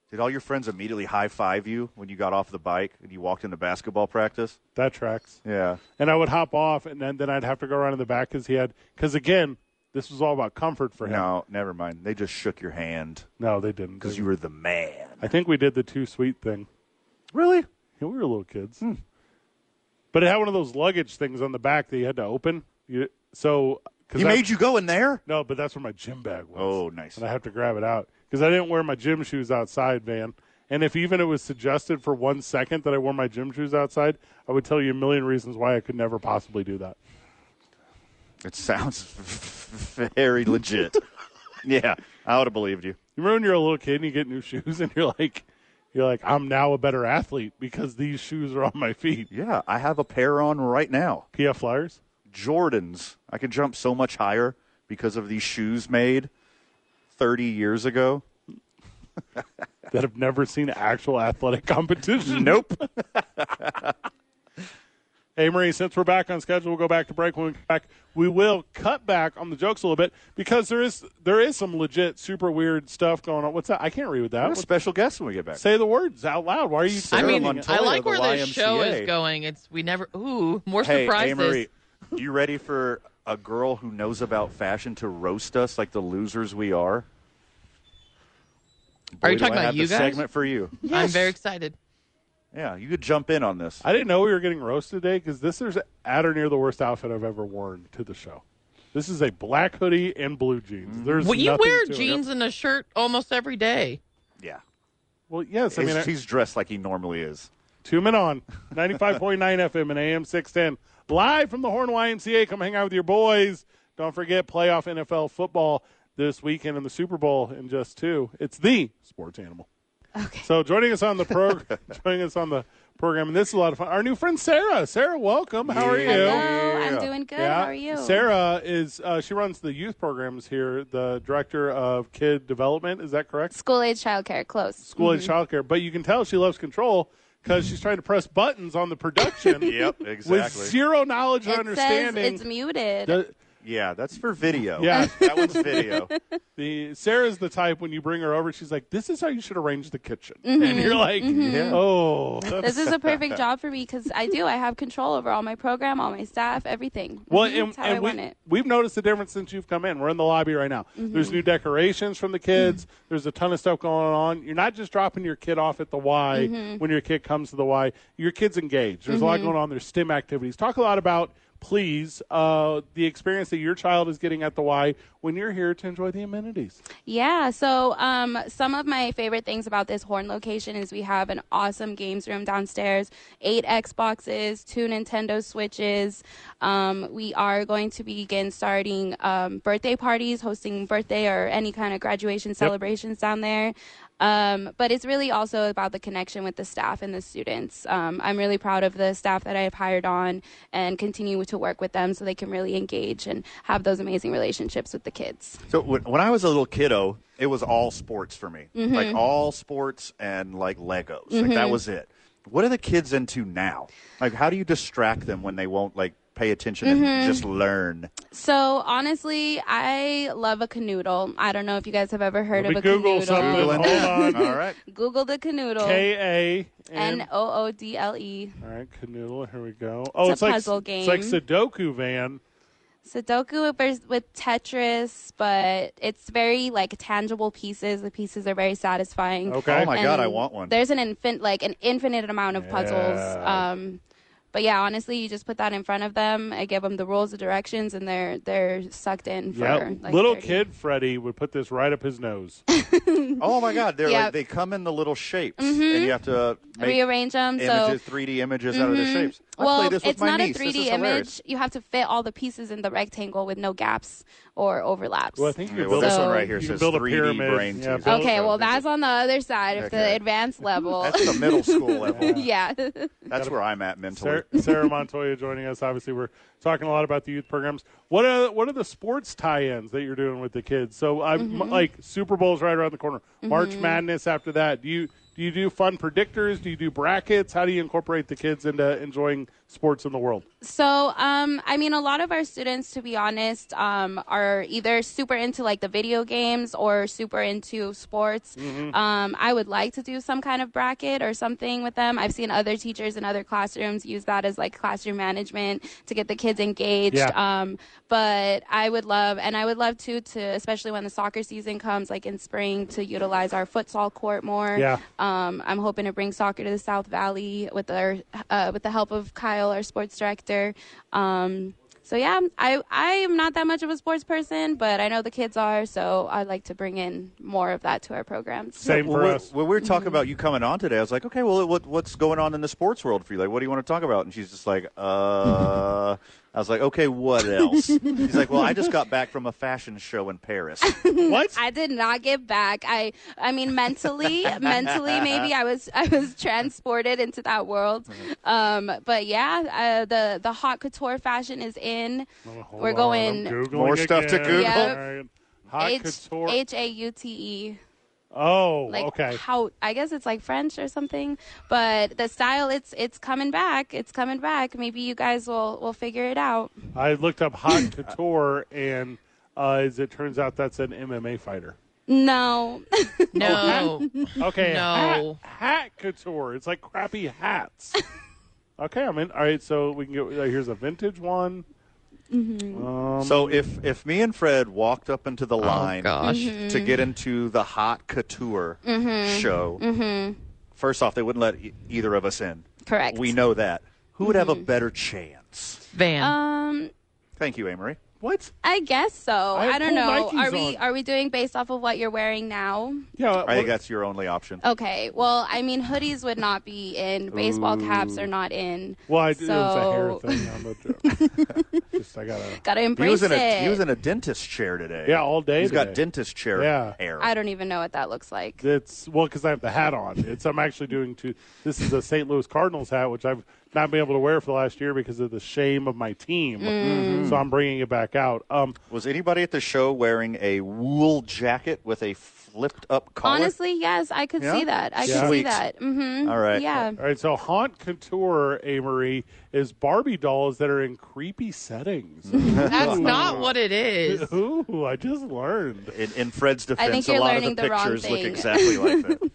[SPEAKER 2] Did all your friends immediately high five you when you got off the bike and you walked into basketball practice?
[SPEAKER 1] That tracks.
[SPEAKER 2] Yeah.
[SPEAKER 1] and I would hop off, and then, then I'd have to go around in the back because he had because again, this was all about comfort for him.
[SPEAKER 2] No, never mind. They just shook your hand
[SPEAKER 1] No, they didn't.
[SPEAKER 2] because
[SPEAKER 1] They-
[SPEAKER 2] you were the man.
[SPEAKER 1] I think we did the too sweet thing.
[SPEAKER 2] Really?
[SPEAKER 1] Yeah, we were little kids,
[SPEAKER 2] Hmm.
[SPEAKER 1] but it had one of those luggage things on the back that you had to open. You, so
[SPEAKER 2] He made you go in there?
[SPEAKER 1] no, but that's where my gym bag was.
[SPEAKER 2] Oh, nice.
[SPEAKER 1] and I have to grab it out because I didn't wear my gym shoes outside, Van. And if even it was suggested for one second that I wore my gym shoes outside, I would tell you a million reasons why I could never possibly do that.
[SPEAKER 2] It sounds very legit. yeah, I would have believed you.
[SPEAKER 1] You remember when you're a little kid and you get new shoes and you're like, you're like, I'm now a better athlete because these shoes are on my feet.
[SPEAKER 2] Yeah, I have a pair on right now.
[SPEAKER 1] PF Flyers.
[SPEAKER 2] Jordans. I can jump so much higher because of these shoes made 30 years ago.
[SPEAKER 1] that have never seen actual athletic competition.
[SPEAKER 2] Nope.
[SPEAKER 1] Hey, Marie, since we're back on schedule, we'll go back to break. When we come back, we will cut back on the jokes a little bit because there is there is some legit super weird stuff going on. What's that? I can't read with that.
[SPEAKER 2] a
[SPEAKER 1] What-
[SPEAKER 2] special guest when we get back.
[SPEAKER 1] Say the words out loud. Why are you?
[SPEAKER 2] Sarah
[SPEAKER 3] I mean,
[SPEAKER 2] Montoya,
[SPEAKER 3] I like
[SPEAKER 2] the
[SPEAKER 3] where this show
[SPEAKER 2] YMCA.
[SPEAKER 3] is going. It's we never ooh more
[SPEAKER 2] Hey,
[SPEAKER 3] surprises.
[SPEAKER 2] Marie, you ready for a girl who knows about fashion to roast us like the losers we are?
[SPEAKER 3] Are
[SPEAKER 2] Boy,
[SPEAKER 3] you
[SPEAKER 2] do
[SPEAKER 3] talking
[SPEAKER 2] I
[SPEAKER 3] about
[SPEAKER 2] have
[SPEAKER 3] you
[SPEAKER 2] the
[SPEAKER 3] guys?
[SPEAKER 2] segment for you.
[SPEAKER 3] I'm very excited.
[SPEAKER 2] Yeah, you could jump in on this.
[SPEAKER 1] I didn't know we were getting roasted today because this is at or near the worst outfit I've ever worn to the show. This is a black hoodie and blue jeans. There's
[SPEAKER 3] Well, Mm. you
[SPEAKER 1] nothing
[SPEAKER 3] wear
[SPEAKER 1] to it.
[SPEAKER 3] jeans and a shirt almost every day.
[SPEAKER 2] Yeah.
[SPEAKER 1] Well, yes. I
[SPEAKER 2] He's-
[SPEAKER 1] mean, I-
[SPEAKER 2] he's dressed like he normally is.
[SPEAKER 1] Two men on 95.9 FM and AM 610. Live from the Horn YMCA. Come hang out with your boys. Don't forget playoff NFL football this weekend and the Super Bowl in just two. It's the sports animal. Okay. So joining us on the program, joining us on the program, and this is a lot of fun. Our new friend Sarah. Sarah, welcome. How are you?
[SPEAKER 6] Hello, I'm doing good.
[SPEAKER 1] Yeah.
[SPEAKER 6] How are you?
[SPEAKER 1] Sarah is uh, she runs the youth programs here, the director of kid development. Is that correct?
[SPEAKER 6] School age childcare, close.
[SPEAKER 1] School age childcare. But you can tell she loves control because she's trying to press buttons on the production.
[SPEAKER 2] Yep,
[SPEAKER 1] with
[SPEAKER 2] exactly.
[SPEAKER 1] zero knowledge or
[SPEAKER 6] It
[SPEAKER 1] understanding.
[SPEAKER 6] says it's muted.
[SPEAKER 1] the,
[SPEAKER 2] yeah, that's for video.
[SPEAKER 1] Yeah.
[SPEAKER 2] that one's video.
[SPEAKER 1] the Sarah's the type when you bring her over, she's like, "This is how you should arrange the kitchen,"
[SPEAKER 6] Mm-hmm.
[SPEAKER 1] and you're like, "Oh, that's-
[SPEAKER 6] this is a perfect job for me because I do. I have control over all my program, all my staff, everything.
[SPEAKER 1] Well,
[SPEAKER 6] Mhm.
[SPEAKER 1] and,
[SPEAKER 6] That's how
[SPEAKER 1] and
[SPEAKER 6] I
[SPEAKER 1] we,
[SPEAKER 6] want it. Mm-hmm.
[SPEAKER 1] we've noticed the difference since you've come in. We're in the lobby right now. There's new decorations from the kids. There's a ton of stuff going on. You're not just dropping your kid off at the Y
[SPEAKER 6] Mm-hmm.
[SPEAKER 1] when your kid comes to the Y. Your kid's engaged. There's a lot going on. There's STEM activities. Talk a lot about, please, uh, the experience that your child is getting at the Y when you're here to enjoy the amenities.
[SPEAKER 6] Yeah. So, um, some of my favorite things about this Horn location is we have an awesome games room downstairs, eight Xboxes, two Nintendo Switches. Um, we are going to begin starting um, birthday parties, hosting birthday or any kind of graduation celebrations down there. Um, but it's really also about the connection with the staff and the students. Um, I'm really proud of the staff that I've hired on and continue to work with them so they can really engage and have those amazing relationships with the kids.
[SPEAKER 2] So when, when I was a little kiddo, it was all sports for me,
[SPEAKER 1] Mm-hmm.
[SPEAKER 2] like all sports and like Legos. Like that was it. What are the kids into now? Like, how do you distract them when they won't like pay attention
[SPEAKER 1] Mm-hmm.
[SPEAKER 2] and just learn?
[SPEAKER 6] So honestly, I love a canoodle. I don't know if you guys have ever heard
[SPEAKER 1] Let me
[SPEAKER 6] of a
[SPEAKER 1] Google
[SPEAKER 6] canoodle.
[SPEAKER 1] something.
[SPEAKER 2] Google it.
[SPEAKER 1] Hold on.
[SPEAKER 2] All right.
[SPEAKER 6] Google the canoodle.
[SPEAKER 1] K A
[SPEAKER 6] N O O D L E.
[SPEAKER 1] All right, canoodle. Here we go. Oh, it's,
[SPEAKER 6] a
[SPEAKER 1] like
[SPEAKER 6] puzzle
[SPEAKER 1] it's like
[SPEAKER 6] game.
[SPEAKER 1] Sudoku, Van.
[SPEAKER 6] Sudoku with vers- with Tetris, but it's very like tangible pieces. The pieces are very satisfying.
[SPEAKER 1] Okay.
[SPEAKER 2] Oh my god, I
[SPEAKER 6] And
[SPEAKER 2] want one.
[SPEAKER 6] There's an infin like an infinite amount of puzzles.
[SPEAKER 1] Yeah.
[SPEAKER 6] Um, but yeah, honestly, you just put that in front of them. I give them the rules, the directions, and they're they're sucked in. For,
[SPEAKER 1] Yeah,
[SPEAKER 6] like,
[SPEAKER 1] little
[SPEAKER 6] 30.
[SPEAKER 1] kid Freddie would put this right up his nose.
[SPEAKER 2] Oh my god, they're
[SPEAKER 6] Yeah.
[SPEAKER 2] like they come in the little shapes,
[SPEAKER 1] Mm-hmm.
[SPEAKER 2] and you have to uh, make
[SPEAKER 6] Rearrange them so mm-hmm.
[SPEAKER 2] images, 3D images out of the shapes. I
[SPEAKER 6] well,
[SPEAKER 2] played this with
[SPEAKER 6] it's
[SPEAKER 2] my
[SPEAKER 6] not
[SPEAKER 2] niece.
[SPEAKER 6] a
[SPEAKER 2] This
[SPEAKER 6] 3D
[SPEAKER 2] is
[SPEAKER 6] image.
[SPEAKER 2] hilarious.
[SPEAKER 6] You have to fit all the pieces in the rectangle with no gaps or overlaps.
[SPEAKER 1] Well, I think you
[SPEAKER 2] Okay,
[SPEAKER 1] could
[SPEAKER 2] well,
[SPEAKER 1] build
[SPEAKER 2] this
[SPEAKER 6] So-
[SPEAKER 2] one right here
[SPEAKER 1] you can
[SPEAKER 2] says
[SPEAKER 1] build a
[SPEAKER 2] 3D
[SPEAKER 1] pyramid.
[SPEAKER 2] brain
[SPEAKER 1] Yeah,
[SPEAKER 2] teaser.
[SPEAKER 1] build-
[SPEAKER 6] okay, well, that's on the other side of
[SPEAKER 2] Okay.
[SPEAKER 6] the advanced level.
[SPEAKER 2] That's the middle school level.
[SPEAKER 6] yeah.
[SPEAKER 2] That's where I'm at mentally.
[SPEAKER 1] Sarah, Sarah Montoya joining us. Obviously, we're talking a lot about the youth programs. What are what are the sports tie-ins that you're doing with the kids? So, I'm
[SPEAKER 6] Mm-hmm.
[SPEAKER 1] like Super Bowl's right around the corner. March Madness after that. Do you do you do fun predictors? Do you do brackets? How do you incorporate the kids into enjoying sports in the world?
[SPEAKER 6] So, um, I mean, a lot of our students, to be honest, um, are either super into like the video games or super into sports.
[SPEAKER 1] Mm-hmm.
[SPEAKER 6] Um, I would like to do some kind of bracket or something with them. I've seen other teachers in other classrooms use that as like classroom management to get the kids engaged.
[SPEAKER 1] Yeah.
[SPEAKER 6] Um, but I would love, and I would love too, to especially when the soccer season comes, like in spring, to utilize our futsal court more.
[SPEAKER 1] Yeah.
[SPEAKER 6] Um, I'm hoping to bring soccer to the South Valley with our uh, with the help of Kyle, our sports director. Um, so yeah, I I am not that much of a sports person, but I know the kids are, so I like to bring in more of that to our programs.
[SPEAKER 1] Same
[SPEAKER 2] Well,
[SPEAKER 1] for
[SPEAKER 2] when-
[SPEAKER 1] us.
[SPEAKER 2] When we were talking about you coming on today, I was like, okay, well, what, what's going on in the sports world for you? Like, what do you want to talk about? And she's just like, uh. I was like, okay, what else? She's like, well, I just got back from a fashion show in Paris.
[SPEAKER 1] Hmm. What?
[SPEAKER 6] I did not get back. I I mean mentally, mentally maybe I was I was transported into that world. Um, but yeah, uh, the the hot couture fashion is in.
[SPEAKER 1] Hold
[SPEAKER 6] We're
[SPEAKER 1] on,
[SPEAKER 6] going
[SPEAKER 1] I'm Googling
[SPEAKER 2] More stuff to
[SPEAKER 1] again.
[SPEAKER 2] Google.
[SPEAKER 6] Yeah.
[SPEAKER 1] All right. Hot
[SPEAKER 6] H
[SPEAKER 1] couture.
[SPEAKER 6] H A U T E.
[SPEAKER 1] oh,
[SPEAKER 6] like
[SPEAKER 1] okay.
[SPEAKER 6] how I guess it's like French or something. But the style, it's it's coming back. It's coming back. Maybe you guys will will figure it out.
[SPEAKER 1] I looked up hot couture, and uh, as it turns out, that's an MMA fighter.
[SPEAKER 6] No,
[SPEAKER 3] No.
[SPEAKER 1] Okay,
[SPEAKER 3] No.
[SPEAKER 1] hat, hat couture. It's like crappy hats. okay, I'm in. All right, so we can get. Uh, here's a vintage one.
[SPEAKER 2] so if if me and Fred walked up into
[SPEAKER 1] Oh,
[SPEAKER 2] the line
[SPEAKER 3] gosh.
[SPEAKER 2] to get
[SPEAKER 6] Mm-hmm.
[SPEAKER 2] into the hot couture show, first off, they wouldn't let e- either of us in.
[SPEAKER 6] Mm-hmm. correct. Mm-hmm.
[SPEAKER 2] We know that. Who would have a better chance?
[SPEAKER 3] Van.
[SPEAKER 6] Um,
[SPEAKER 2] Thank you, Amory.
[SPEAKER 1] What?
[SPEAKER 6] I guess so.
[SPEAKER 1] I have
[SPEAKER 6] I, don't
[SPEAKER 1] cool
[SPEAKER 6] know.
[SPEAKER 1] Nikes
[SPEAKER 6] are we
[SPEAKER 1] on.
[SPEAKER 6] are we doing based off of what you're wearing now?
[SPEAKER 1] Yeah,
[SPEAKER 2] I
[SPEAKER 1] what-
[SPEAKER 2] think that's your only option.
[SPEAKER 6] Okay. Well, I mean, hoodies would not be in. Baseball caps are not in.
[SPEAKER 1] well, I,
[SPEAKER 6] so
[SPEAKER 1] it was a hair thing. I'm a, just I gotta.
[SPEAKER 6] gotta
[SPEAKER 2] He
[SPEAKER 6] embrace
[SPEAKER 2] was in
[SPEAKER 6] it.
[SPEAKER 2] a he was in a dentist chair today.
[SPEAKER 1] Yeah, all day
[SPEAKER 2] He's got
[SPEAKER 1] today.
[SPEAKER 2] dentist chair
[SPEAKER 1] Yeah.
[SPEAKER 2] hair.
[SPEAKER 6] I don't even know what that looks like.
[SPEAKER 1] It's well because I have the hat on. It's I'm actually doing two. This is a St. Louis Cardinals hat, which I've not been able to wear for the last year because of the shame of my team. So I'm bringing it back out. Um,
[SPEAKER 2] Was anybody at the show wearing a wool jacket with a flipped up collar?
[SPEAKER 6] Honestly, yes, I could
[SPEAKER 2] Yeah?
[SPEAKER 6] see that. I could see
[SPEAKER 2] Sweet.
[SPEAKER 6] that. Mm-hmm.
[SPEAKER 2] All right.
[SPEAKER 6] Yeah.
[SPEAKER 1] all right, so haunt couture, Amory, is Barbie dolls that are in creepy settings.
[SPEAKER 3] That's not what it is.
[SPEAKER 1] Ooh, I just learned.
[SPEAKER 2] In, in Fred's defense,
[SPEAKER 6] think
[SPEAKER 2] a
[SPEAKER 6] you're
[SPEAKER 2] lot of the
[SPEAKER 6] learning the wrong
[SPEAKER 2] pictures look
[SPEAKER 6] thing.
[SPEAKER 2] exactly like that.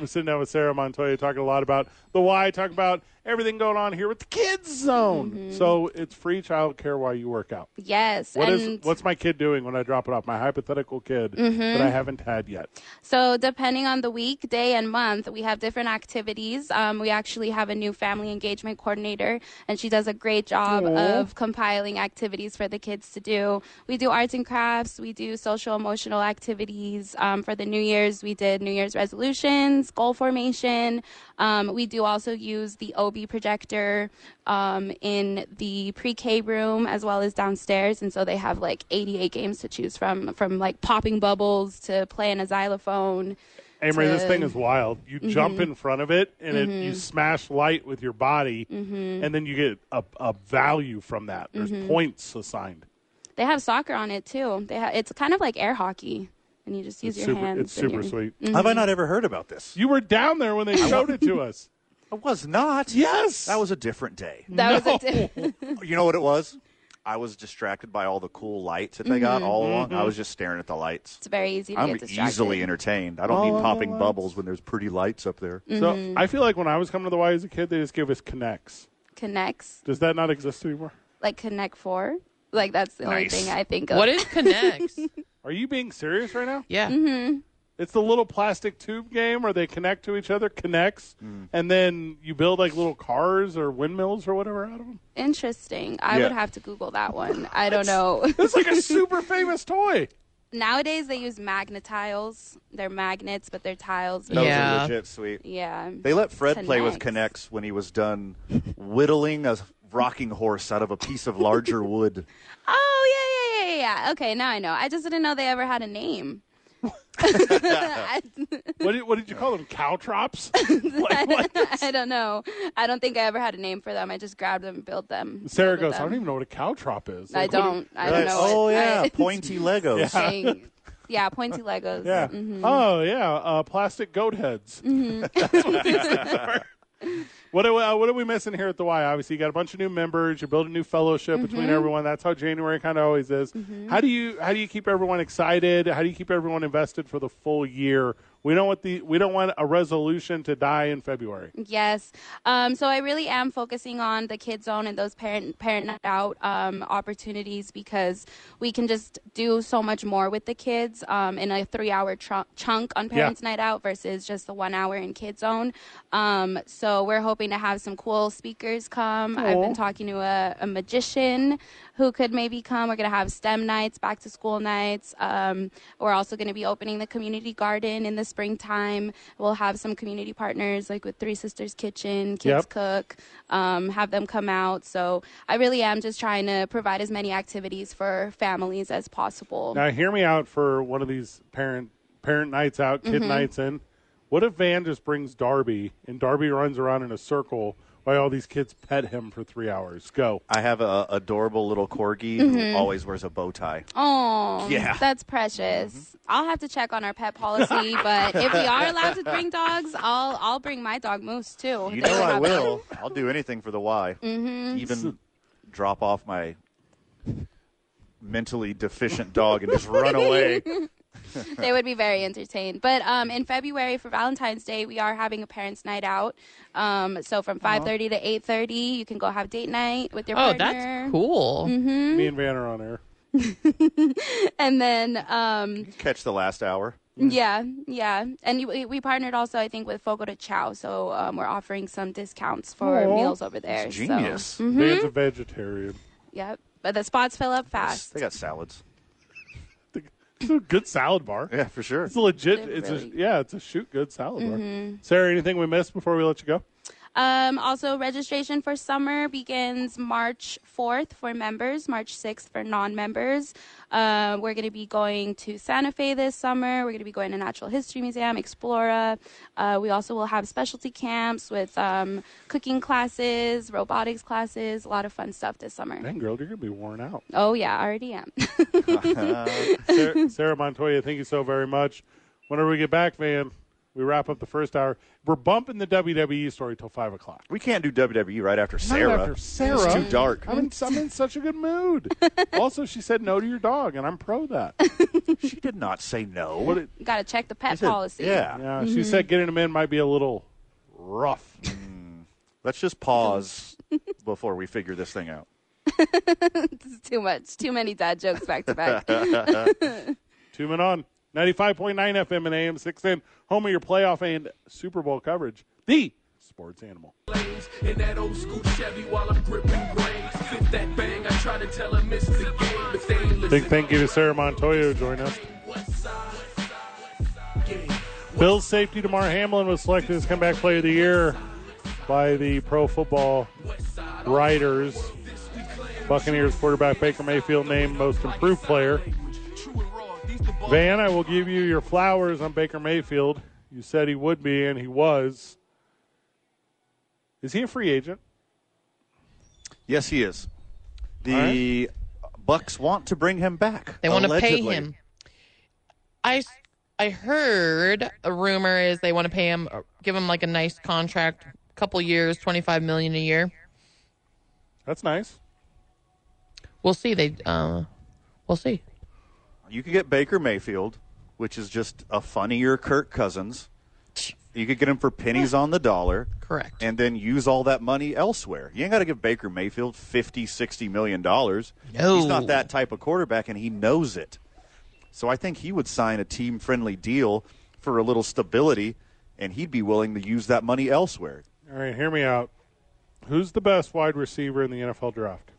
[SPEAKER 1] We're sitting down with Sarah Montoya talking a lot about the why, talking about everything going on here with the kids zone.
[SPEAKER 6] Mm-hmm.
[SPEAKER 1] So it's free child care while you work out.
[SPEAKER 6] Yes.
[SPEAKER 1] What
[SPEAKER 6] and Mm-hmm.
[SPEAKER 1] is what's my kid doing when I drop it off? My hypothetical kid that I haven't had yet.
[SPEAKER 6] so, depending on the week, day, and month, we have different activities. Um, we actually have a new family engagement coordinator, and she does a great job of compiling activities for the kids to do. We do arts and crafts, we do social emotional activities. Um, for the New Year's, we did New Year's resolutions, goal formation. Um, we do also use the OB projector um, in the pre-K room as well as downstairs, and so they have like 88 games to choose from, from like popping bubbles to playing a xylophone.
[SPEAKER 1] Amory, this
[SPEAKER 6] to-
[SPEAKER 1] thing is wild. You
[SPEAKER 6] Mm-hmm.
[SPEAKER 1] jump in front of it, and it, you smash light with your body,
[SPEAKER 6] Mm-hmm.
[SPEAKER 1] and then you get a, a value from that. There's points assigned.
[SPEAKER 6] They have soccer on it too. They ha- it's kind of like air hockey, and you just use
[SPEAKER 1] It's
[SPEAKER 6] your
[SPEAKER 1] super,
[SPEAKER 6] hands.
[SPEAKER 1] it's
[SPEAKER 6] and
[SPEAKER 1] super
[SPEAKER 6] your-
[SPEAKER 1] sweet.
[SPEAKER 2] Have I
[SPEAKER 6] Mm-hmm.
[SPEAKER 2] not ever heard about this?
[SPEAKER 1] You were down there when they showed it to us.
[SPEAKER 2] I was not.
[SPEAKER 1] Yes.
[SPEAKER 2] That was a different day. Oh,
[SPEAKER 6] That was it.
[SPEAKER 2] You know what it was? I was distracted by all the cool lights that they got all along. I was just staring at the lights.
[SPEAKER 6] It's very easy to
[SPEAKER 2] I'm
[SPEAKER 6] Mm-hmm. get distracted.
[SPEAKER 2] easily entertained. I don't
[SPEAKER 1] All of
[SPEAKER 2] need
[SPEAKER 1] the
[SPEAKER 2] popping
[SPEAKER 1] lights.
[SPEAKER 2] bubbles when there's pretty lights up there.
[SPEAKER 6] Mm-hmm.
[SPEAKER 1] So I feel like when I was coming to the Y as a kid, they just give us connects.
[SPEAKER 6] Connects
[SPEAKER 1] Does that not exist anymore?
[SPEAKER 6] like Connect Four. Like that's the only
[SPEAKER 2] Nice.
[SPEAKER 6] thing I think of.
[SPEAKER 3] What is connects?
[SPEAKER 1] Are you being serious right now?
[SPEAKER 3] yeah.
[SPEAKER 1] It's the little plastic tube game where they connect to each other, connects, and then you build like little cars or windmills or whatever out of them.
[SPEAKER 6] Interesting. I
[SPEAKER 2] Yeah.
[SPEAKER 6] would have to Google that one. I don't know.
[SPEAKER 1] It's like a super famous toy.
[SPEAKER 6] Nowadays they use magnetiles. They're magnets, but they're tiles.
[SPEAKER 2] Those
[SPEAKER 3] Yeah.
[SPEAKER 2] are legit sweet.
[SPEAKER 6] Yeah.
[SPEAKER 2] They let Fred play with
[SPEAKER 6] Connects.
[SPEAKER 2] Connects when he was done whittling a rocking horse out of a piece of larger wood.
[SPEAKER 6] Oh yeah, yeah, yeah, yeah, yeah. Okay, now I know. I just didn't know they ever had a name. I,
[SPEAKER 1] What did, what did you call them? Cowtrops? like, what?
[SPEAKER 6] I don't know. I don't think I ever had a name for them. I just grabbed them and built them.
[SPEAKER 1] Sarah
[SPEAKER 6] Built with
[SPEAKER 1] goes, I don't
[SPEAKER 6] them.
[SPEAKER 1] even know what a cowtrop is.
[SPEAKER 6] I
[SPEAKER 1] Like, what
[SPEAKER 6] don't. I don't
[SPEAKER 2] Right.
[SPEAKER 6] know.
[SPEAKER 2] oh
[SPEAKER 6] what-
[SPEAKER 2] yeah,
[SPEAKER 6] I-
[SPEAKER 2] pointy Legos.
[SPEAKER 6] thing. yeah, pointy Legos.
[SPEAKER 1] do- Yeah.
[SPEAKER 6] Mm.
[SPEAKER 1] Oh, yeah. Uh, plastic goat heads. That's what these things are. What are, we, uh, what are we missing here at the Y? Obviously, you got a bunch of new members. You're building new fellowship between everyone. That's how January kind of always is. How do you how do you keep everyone excited? How do you keep everyone invested for the full year? We don't want the we don't want a resolution to die in February.
[SPEAKER 6] Yes. Um, so I really am focusing on the kid zone and those parent parent night out um, opportunities because we can just do so much more with the kids um, in a three hour tru- chunk on parents night out versus just the one hour in kid zone. Um, so we're hoping to have some cool speakers come. I've been talking to a, a magician who could maybe come. We're going to have STEM nights, back to school nights. Um, we're also going to be opening the community garden in the springtime. We'll have some community partners like with Three Sisters Kitchen, Kids
[SPEAKER 1] Yep.
[SPEAKER 6] Cook, um, have them come out. So I really am just trying to provide as many activities for families as possible.
[SPEAKER 1] Now, hear me out for one of these parent parent nights out, kid nights in. What if Van just brings Darby and Darby runs around in a circle while all these kids pet him for three hours? Go.
[SPEAKER 2] I have a adorable little corgi
[SPEAKER 6] Mm-hmm.
[SPEAKER 2] who always wears a bow tie.
[SPEAKER 6] Oh,
[SPEAKER 2] Yeah.
[SPEAKER 6] that's precious.
[SPEAKER 2] Mm-hmm.
[SPEAKER 6] I'll have to check on our pet policy, but if we are allowed to bring dogs, I'll I'll bring my dog Moose too.
[SPEAKER 2] You
[SPEAKER 6] They
[SPEAKER 2] know
[SPEAKER 6] would
[SPEAKER 2] I
[SPEAKER 6] have that.
[SPEAKER 2] will. I'll do anything for the Y.
[SPEAKER 1] Mm-hmm.
[SPEAKER 2] Even drop off my mentally deficient dog and just run away.
[SPEAKER 6] they would be very entertained. But um, in February for Valentine's Day, we are having a parents' night out. Um, so from five thirty to eight thirty, you can go have date night with your
[SPEAKER 3] Oh,
[SPEAKER 6] partner.
[SPEAKER 3] that's cool.
[SPEAKER 1] Me and Van are on air.
[SPEAKER 6] And then um,
[SPEAKER 2] Catch the last hour.
[SPEAKER 6] yeah, yeah, and you- we, we partnered also, I think, with Fogo de Chao. So um, we're offering some discounts for meals over there. so- mm,
[SPEAKER 2] Genius.
[SPEAKER 1] Van's a vegetarian.
[SPEAKER 6] yep. But the spots fill up fast.
[SPEAKER 2] They got salads.
[SPEAKER 1] It's a good salad bar.
[SPEAKER 2] Yeah, for sure.
[SPEAKER 1] It's a legit.
[SPEAKER 6] They're
[SPEAKER 1] It's
[SPEAKER 6] really-
[SPEAKER 1] a yeah. It's a shoot good salad bar. Sarah, anything we missed before we let you go?
[SPEAKER 6] Um, also, registration for summer begins March 4th for members, March 6th for non members. Uh, we're going to be going to Santa Fe this summer. We're going to be going to Natural History Museum, Explora. Uh, we also will have specialty camps with um, cooking classes, robotics classes, a lot of fun stuff this summer.
[SPEAKER 1] Dang, girl, you're gonna be worn out.
[SPEAKER 6] Oh, yeah, I already am.
[SPEAKER 1] Sarah, Sarah Montoya, thank you so very much. Whenever we get back, Van, we wrap up the first hour. We're bumping the WWE story till five o'clock.
[SPEAKER 2] We can't do WWE right after Sarah.
[SPEAKER 1] after Sarah. Oh.
[SPEAKER 2] It's too dark.
[SPEAKER 1] I'm in, I'm in such a good mood. also, she said no to your dog, and I'm pro that.
[SPEAKER 2] she did not say no.
[SPEAKER 6] Got to check the
[SPEAKER 2] She
[SPEAKER 6] pet
[SPEAKER 2] said-
[SPEAKER 6] policy.
[SPEAKER 2] Yeah.
[SPEAKER 1] Yeah, she said getting him in might be a little rough.
[SPEAKER 2] Mm. Let's just pause before we figure this thing out.
[SPEAKER 6] It's too much. Too many dad jokes back to back.
[SPEAKER 1] Two men on 95.9 FM and AM 610, home of your playoff and Super Bowl coverage. The sports animal.
[SPEAKER 7] lanes in that old school Chevy while I'm gripping reins. Fit that bang, I try to tell 'em it's the game, but they ain't
[SPEAKER 1] Big
[SPEAKER 7] listen.
[SPEAKER 1] thank you to Sarah Montoya who joined us.
[SPEAKER 7] West side, game.
[SPEAKER 1] Bills safety Damar Hamlin was selected as comeback player of the year by the Pro Football Writers. Buccaneers quarterback Baker Mayfield named most improved player.
[SPEAKER 7] True and raw, these the ball
[SPEAKER 1] Van, I will give you your flowers on Baker Mayfield. You said he would be, and he was. Is he a free agent?
[SPEAKER 2] Yes, he is. The Bucks want to bring him back.
[SPEAKER 3] They want to pay
[SPEAKER 2] allegedly.
[SPEAKER 3] him. I, s- I heard a rumor is they want to pay him, give him like a nice contract, couple years, twenty five million a year.
[SPEAKER 1] That's nice.
[SPEAKER 3] We'll see. They, uh, we'll see.
[SPEAKER 2] You could get Baker Mayfield, which is just a funnier Kirk Cousins. You could get him for pennies on the dollar.
[SPEAKER 3] Correct.
[SPEAKER 2] And then use all that money elsewhere. You ain't got to give Baker Mayfield 50, 60 million dollars.
[SPEAKER 3] No.
[SPEAKER 2] He's not that type of quarterback, and he knows it. So I think he would sign a team friendly deal for a little stability, and he'd be willing to use that money elsewhere
[SPEAKER 1] All right, hear me out. Who's the best wide receiver in the NFL draft?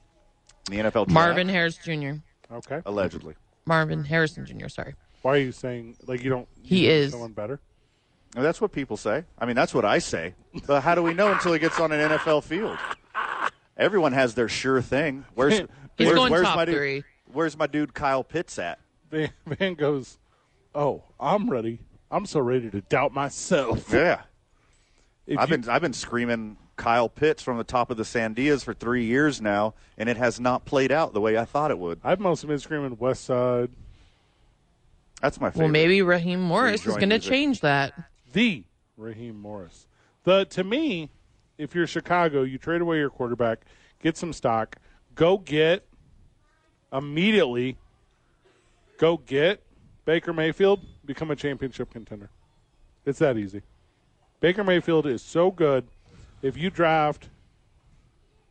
[SPEAKER 2] in the NFL. Draft,
[SPEAKER 3] Marvin Harris Jr.
[SPEAKER 1] Okay.
[SPEAKER 2] Allegedly.
[SPEAKER 3] Marvin Harrison Jr. Sorry.
[SPEAKER 1] Why are you saying like you don't?
[SPEAKER 3] He
[SPEAKER 1] you think
[SPEAKER 3] is.
[SPEAKER 1] someone better.
[SPEAKER 2] Now, that's what people say. I mean, that's what I say. But how do we know until he gets on an NFL field? Everyone has their sure thing. Where's
[SPEAKER 3] He's
[SPEAKER 2] where's,
[SPEAKER 3] going
[SPEAKER 2] where's
[SPEAKER 3] top
[SPEAKER 2] my dude?
[SPEAKER 3] three.
[SPEAKER 2] Where's my dude Kyle Pitts at?
[SPEAKER 1] Van, Van goes. Oh, I'm ready. I'm so ready to doubt myself.
[SPEAKER 2] Yeah,
[SPEAKER 1] If
[SPEAKER 2] I've
[SPEAKER 1] you-
[SPEAKER 2] been I've been screaming Kyle Pitts from the top of the Sandias for three years now, and it has not played out the way I thought it would.
[SPEAKER 1] I've mostly been screaming West Side.
[SPEAKER 2] That's my favorite.
[SPEAKER 3] Well, maybe Raheem Morris is
[SPEAKER 2] join
[SPEAKER 3] going to
[SPEAKER 2] music.
[SPEAKER 3] change that.
[SPEAKER 1] the Raheem Morris. The to me, if you're Chicago, you trade away your quarterback, get some stock, go get immediately, go get Baker Mayfield, become a championship contender. It's that easy. Baker Mayfield is so good. If you draft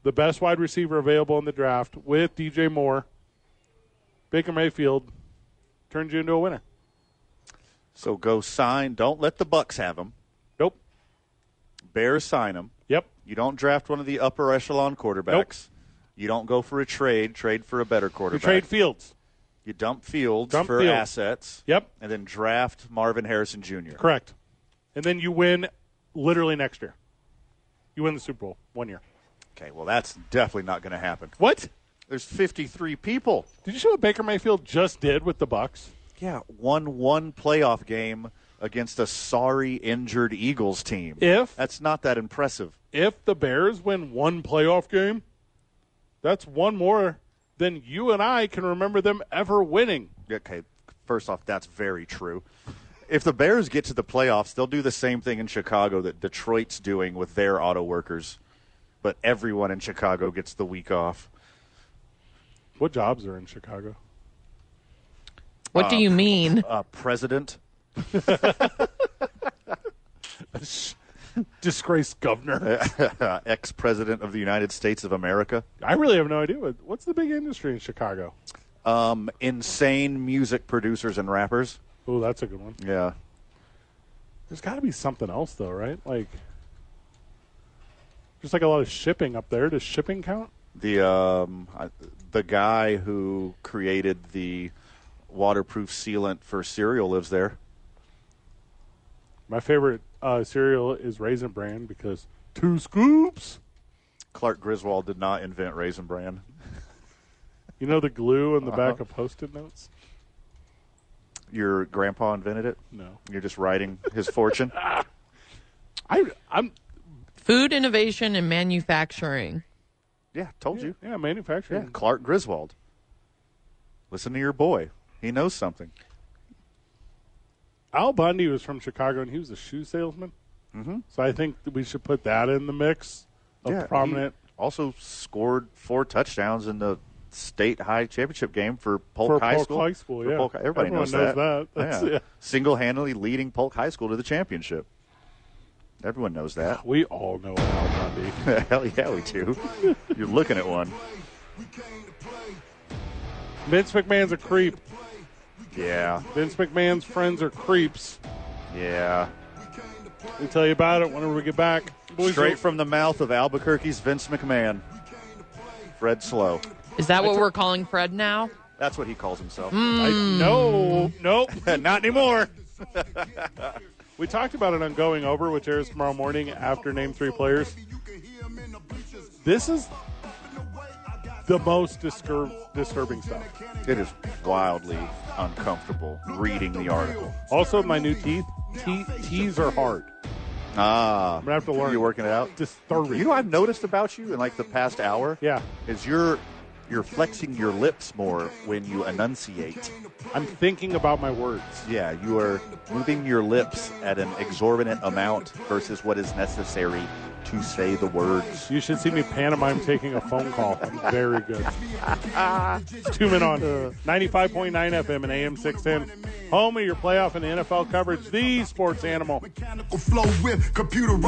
[SPEAKER 1] the best wide receiver available in the draft with DJ Moore, Baker Mayfield turns you into a winner.
[SPEAKER 2] So go sign. Don't let the Bucks have him.
[SPEAKER 1] Nope.
[SPEAKER 2] Bears sign him.
[SPEAKER 1] Yep.
[SPEAKER 2] You don't draft one of the upper echelon quarterbacks. You don't go for a trade. Trade for a better
[SPEAKER 1] You
[SPEAKER 2] quarterback.
[SPEAKER 1] trade Fields.
[SPEAKER 2] You dump Fields
[SPEAKER 1] Dump
[SPEAKER 2] for
[SPEAKER 1] Fields.
[SPEAKER 2] assets.
[SPEAKER 1] Yep.
[SPEAKER 2] And then draft Marvin Harrison Jr.
[SPEAKER 1] Correct. And then you win literally next year. You win the Super Bowl one year.
[SPEAKER 2] Okay, well, that's definitely not going to happen.
[SPEAKER 1] What?
[SPEAKER 2] There's 53 people.
[SPEAKER 1] Did you see what Baker Mayfield just did with the Bucks?
[SPEAKER 2] Yeah, won one playoff game against a sorry injured Eagles team.
[SPEAKER 1] If-
[SPEAKER 2] that's not that impressive.
[SPEAKER 1] If the Bears win one playoff game, that's one more than you and I can remember them ever winning.
[SPEAKER 2] Okay, first off, that's very true. If the Bears get to the playoffs, they'll do the same thing in Chicago that Detroit's doing with their auto workers, but everyone in Chicago gets the week off.
[SPEAKER 1] What jobs are in Chicago?
[SPEAKER 3] What do you mean?
[SPEAKER 2] Uh, president,
[SPEAKER 1] Disgraced governor.
[SPEAKER 2] ex president of the United States of America.
[SPEAKER 1] I really have no idea. What, what's the big industry in Chicago?
[SPEAKER 2] um, insane music producers and rappers.
[SPEAKER 1] Oh, that's a good one.
[SPEAKER 2] Yeah.
[SPEAKER 1] There's got to be something else, though, right? Like, there's like a lot of shipping up there. Does shipping count?
[SPEAKER 2] The um, I- the guy who created the waterproof sealant for cereal lives there.
[SPEAKER 1] My favorite uh, cereal is Raisin Bran because two scoops.
[SPEAKER 2] Clark Griswold did not invent Raisin Bran.
[SPEAKER 1] You know the glue on the back of post-it notes?
[SPEAKER 2] Your grandpa invented it.
[SPEAKER 1] No.
[SPEAKER 2] You're just writing his fortune.
[SPEAKER 1] I, I'm
[SPEAKER 3] Food innovation and manufacturing.
[SPEAKER 2] Yeah, told you.
[SPEAKER 1] yeah, manufacturing.
[SPEAKER 2] Yeah, Clark Griswold. Listen to your boy. He knows something.
[SPEAKER 1] Al Bundy was from Chicago and he was a shoe salesman. Mm-hmm. So I think that we should put that in the mix of
[SPEAKER 2] yeah, he
[SPEAKER 1] prominent.
[SPEAKER 2] also scored four touchdowns in the state high championship game for Polk
[SPEAKER 1] For
[SPEAKER 2] High
[SPEAKER 1] Polk
[SPEAKER 2] School.
[SPEAKER 1] High School,
[SPEAKER 2] For
[SPEAKER 1] yeah.
[SPEAKER 2] Polk- everybody
[SPEAKER 1] Everyone
[SPEAKER 2] knows,
[SPEAKER 1] knows
[SPEAKER 2] that.
[SPEAKER 1] that. That's- yeah.
[SPEAKER 2] Single-handedly leading Polk High School to the championship. Everyone knows that.
[SPEAKER 1] We all know Al Bundy.
[SPEAKER 2] Hell yeah, we do. You're looking at one.
[SPEAKER 1] Vince McMahon's a creep.
[SPEAKER 2] Yeah,
[SPEAKER 1] Vince McMahon's friends are creeps.
[SPEAKER 2] yeah.
[SPEAKER 1] We tell you about it whenever we get back. Boys, uh,
[SPEAKER 2] Straight from the mouth of Albuquerque's Vince McMahon, Fred Slow.
[SPEAKER 3] Is that what we're calling Fred now?
[SPEAKER 2] That's what he calls himself.
[SPEAKER 1] I, no, nope.
[SPEAKER 2] Not anymore.
[SPEAKER 1] We talked about it on Going Over, which airs tomorrow morning after Name Three Players. This is the most disturb- disturbing stuff.
[SPEAKER 2] It is wildly uncomfortable reading the article.
[SPEAKER 1] Also, my new teeth. T- T's are hard.
[SPEAKER 2] Ah,
[SPEAKER 1] gonna have to learn.
[SPEAKER 2] You working it out?
[SPEAKER 1] Disturbing.
[SPEAKER 2] You know, I've noticed about you in like the past hour.
[SPEAKER 1] Yeah.
[SPEAKER 2] is you're you're flexing your lips more when you enunciate.
[SPEAKER 1] I'm thinking about my words.
[SPEAKER 2] Yeah, you are moving your lips at an exorbitant amount versus what is necessary to say the words.
[SPEAKER 1] You should see me pantomime taking a phone call. I'm very good. Tune in on 95.9 FM and AM 610. Home of your playoff and NFL coverage, the sports animal.
[SPEAKER 4] Mechanical flow with computer